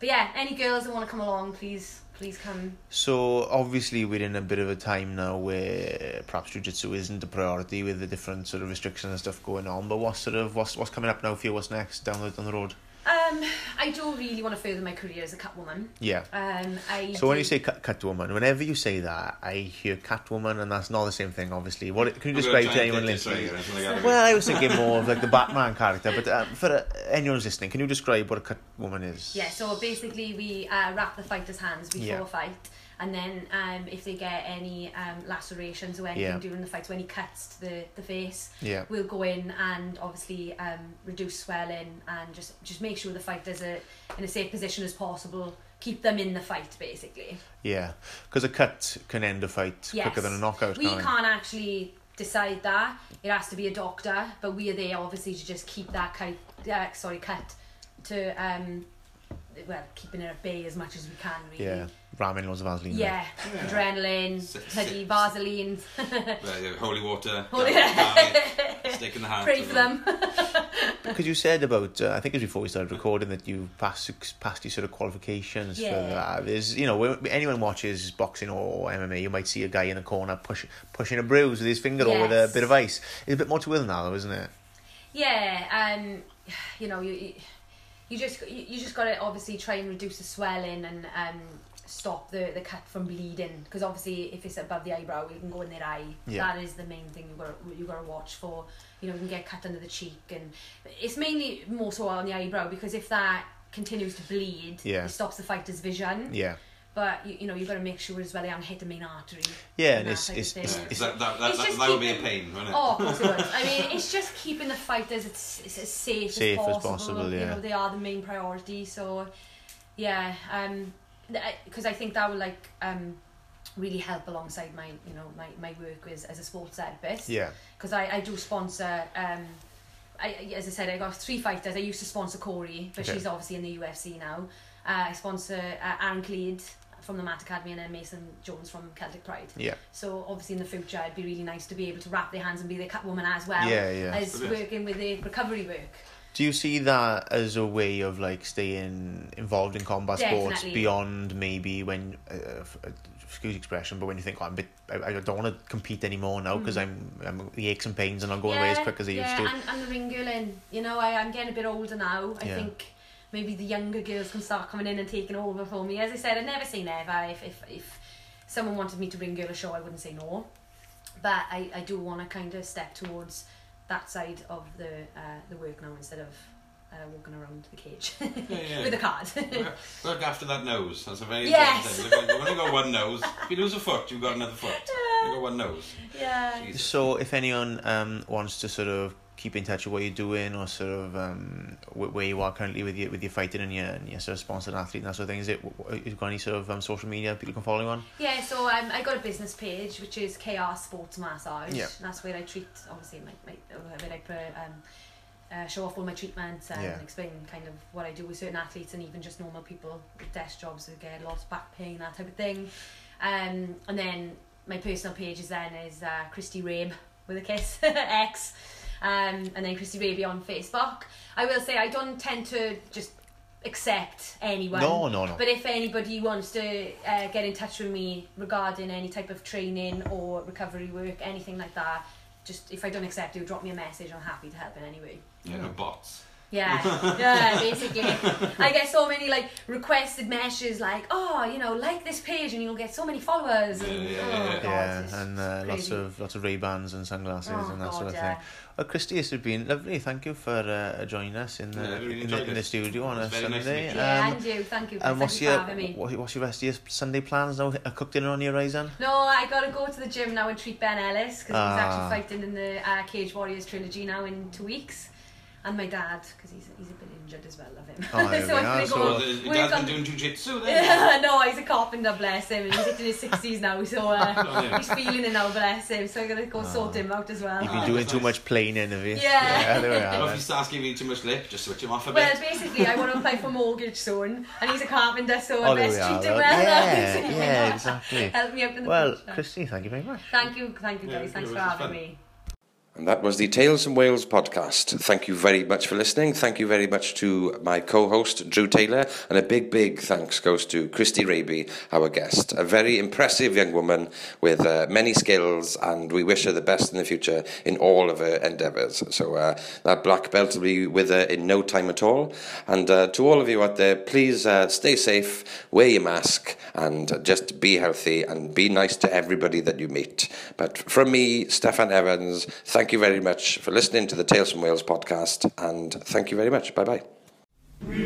C: But yeah, any girls that want to come along, please, please come.
A: So obviously we're in a bit of a time now where perhaps jiu-jitsu isn't a priority with the different sort of restrictions and stuff going on. But what's sort of what's what's coming up now for you? What's next down the down the road?
C: Um, I do really want to further my career as a catwoman.
A: Yeah.
C: Um, I.
A: So when
C: do-
A: you say cat, Catwoman, whenever you say that, I hear Catwoman, and that's not the same thing, obviously. What can you
B: I'm gonna
A: describe
B: try
A: to
B: and
A: anyone
B: get this
A: listening?
B: right, that's what I gotta
A: Well, I was thinking more of like the Batman character, but uh, for uh, anyone who's listening, can you describe what a Catwoman is?
C: Yeah, so basically we uh, wrap the fighter's hands before
A: Yeah.
C: a fight, and then um, if they get any um, lacerations or anything
A: Yeah.
C: during the fight, so any cuts to the, the face,
A: Yeah.
C: we'll go in and obviously um, reduce swelling and just, just make sure the fighter's a, in a safe position as possible. Keep them in the fight, basically.
A: Yeah, because a cut can end a fight
C: Yes.
A: quicker than a knockout.
C: We
A: can't it?
C: can't actually decide that. It has to be a doctor, but we are there obviously to just keep that cut. Uh, sorry, cut to um, well, keeping it at bay as much as we can. Really.
A: Yeah, ramen, loads of Vaseline.
C: Yeah,
B: Yeah.
C: adrenaline,
B: Six-
C: bloody
B: six-
C: Vaseline.
B: Uh, yeah, holy water,
C: Holy-
B: damn it, damn it, stick in the hand.
C: Pray for them.
A: Because you said about, uh, I think it was before we started recording, that you passed passed your sort of qualifications for
C: Yeah.
A: that. There's, you know, when anyone watches boxing or MMA, you might see a guy in the corner push, pushing a bruise with his finger or with a
C: Yes.
A: bit of ice. It's a bit more to it than that, though, isn't it?
C: Yeah, um, you know, you you- you just you, you just got to obviously try and reduce the swelling and um stop the the cut from bleeding because obviously if it's above the eyebrow you can go in their eye
A: Yeah.
C: that is the main thing you got you got to watch for you know you can get cut under the cheek and it's mainly more so on the eyebrow because if that continues to bleed
A: Yeah.
C: it stops the fighter's vision
A: Yeah.
C: but you, you know you've got to make sure as well they aren't hitting the main artery
A: Yeah, and
C: that
A: it's-
C: type of
A: it's-
C: thing.
A: it's-
B: Yeah, 'cause that, that, that,
C: It's
B: that,
C: just
B: that would be a
C: keeping-
B: pain, wouldn't it?
C: Oh, of course it was. I mean, it's just keeping the fighters as, as, as safe,
A: Safe as
C: as possible.
A: possible,
C: You
A: yeah.
C: know, they are the main priority. So, yeah, because I think that will like um, really help alongside my, you know, my, my work as, as a sports therapist.
A: Yeah.
C: Because I, I do sponsor. Um, I, as I said, I got three fighters. I used to sponsor Corey, but
A: Okay.
C: she's obviously in the UFC now. Uh, I sponsor uh, Aaron Cleed from the Matt Academy and then Mason Jones from Celtic Pride.
A: Yeah.
C: So obviously in the future, it'd be really nice to be able to wrap their hands and be their cut woman as well
A: Yeah, yeah.
C: as
B: Brilliant.
C: working with the recovery work.
A: Do you see that as a way of like staying involved in combat sports
C: Definitely.
A: beyond maybe when, uh, f- uh, excuse the expression, but when you think oh, I'm a bit, I, I don't want to compete anymore now because I'm, I'm the aches and pains are not going away as quick as they
C: Hmm. yeah,
A: used to.
C: and, and the ring girl in. You know, I, I'm getting a bit older now. I
A: Yeah.
C: think maybe the younger girls can start coming in and taking over for me. As I said, I'd never say never. If, if, if someone wanted me to ring girl a show, I wouldn't say no. But I, I do want to kind of step towards that side of the uh, the work now instead of uh, walking around the cage
B: Yeah, yeah.
C: with a card.
B: Look- Look after that nose. That's a very
C: Yes.
B: important thing. Look, You've only got one nose. If you lose a foot, you've got another foot. You've got one nose.
C: yeah.
B: Jesus.
A: So, if anyone um, wants to sort of keep in touch with what you're doing or sort of um, wh- where you are currently with your with your fighting and your, and your sort of sponsored athlete and that sort of thing, is it? wh- wh- Have you got any sort of um, social media people can follow you on?
C: Yeah, so um, I got a business page which is KR Sports Massage.
A: Yeah.
C: And that's where I treat, obviously, my, my where I put, um, uh, show off all my treatments and
A: Yeah.
C: explain kind of what I do with certain athletes and even just normal people with desk jobs who get a lot of back pain, that type of thing. Um, and then my personal page is then is uh, Christy Rabe with a kiss, X. Um, and then Christy Rabe on Facebook. I will say I don't tend to just accept anyone.
A: No, no, no.
C: But if anybody wants to uh, get in touch with me regarding any type of training or recovery work, anything like that, just if I don't accept you, drop me a message. I'm happy to help in any way.
B: Yeah, no bots.
C: Yeah, yeah, basically. I get so many like requested messages like, oh, you know, like this page and you'll get so many followers. And,
B: Yeah, yeah,
C: oh,
B: yeah, yeah.
C: God,
A: yeah,
C: it's
A: and uh, lots
C: crazy.
A: of lots of Ray Bans and sunglasses
C: Oh,
A: and that sort
C: God,
A: of
C: yeah.
A: thing. Well, Christy, this has been lovely. Thank you for uh, joining us in the
B: Yeah, really
A: in, the,
B: enjoyed
A: in the
B: it.
A: studio on a
B: It's very nice to
A: Sunday.
B: meet you.
C: Yeah,
A: um,
C: and you, thank you.
A: and
C: thank
A: what's
C: you
A: your
C: for having me.
A: what, what's your rest of your Sunday plans now? A cooked dinner on your horizon?
C: No, I gotta go to the gym now and treat Ben Ellis because
A: Ah.
C: he's actually fighting in the uh, Cage Warriors trilogy now in two weeks. And my dad, because he's, he's a bit injured as well, love him.
A: Oh, there we
C: I'm
A: are,
C: gonna
A: so-
B: So
C: go-
B: the- your
C: we're
B: dad's been
C: gonna-
B: doing jujitsu then.
C: Yeah, no, he's a carpenter, bless him, and he's in his 60s now, so uh, he's feeling it now, bless him, so I'm going to go sort him out as
A: You've
C: well.
A: been
B: Ah,
A: doing
B: that's
A: too
B: nice.
A: much planing, have you?
C: Yeah.
A: there we
B: Well,
A: are.
B: if
A: then.
B: he starts giving you too much lip, just switch him off a bit.
C: Well, basically, I want to apply for mortgage soon, and he's a carpenter, so
A: Oh,
C: I
A: there
C: best
A: we are. though.
C: treat him well.
A: Yeah, yeah, exactly.
C: Help me out in the
A: Well,
C: future.
A: Christy, thank you very much.
C: Thank you, thank you
B: Yeah,
C: guys,
B: it
C: thanks
B: was
C: for
B: just
C: having
B: fun.
C: me.
D: And that was the Tales from Wales podcast. Thank you very much for listening. Thank you very much to my co host, Drew Taylor. And a big, big thanks goes to Christy Raby, our guest. A very impressive young woman with uh, many skills, and we wish her the best in the future in all of her endeavours. So uh, that black belt will be with her in no time at all. And uh, to all of you out there, please uh, stay safe, wear your mask, and just be healthy and be nice to everybody that you meet. But from me, Stefan Evans, thank you very much for listening to the Tales from Wales podcast, and thank you very much. Bye bye.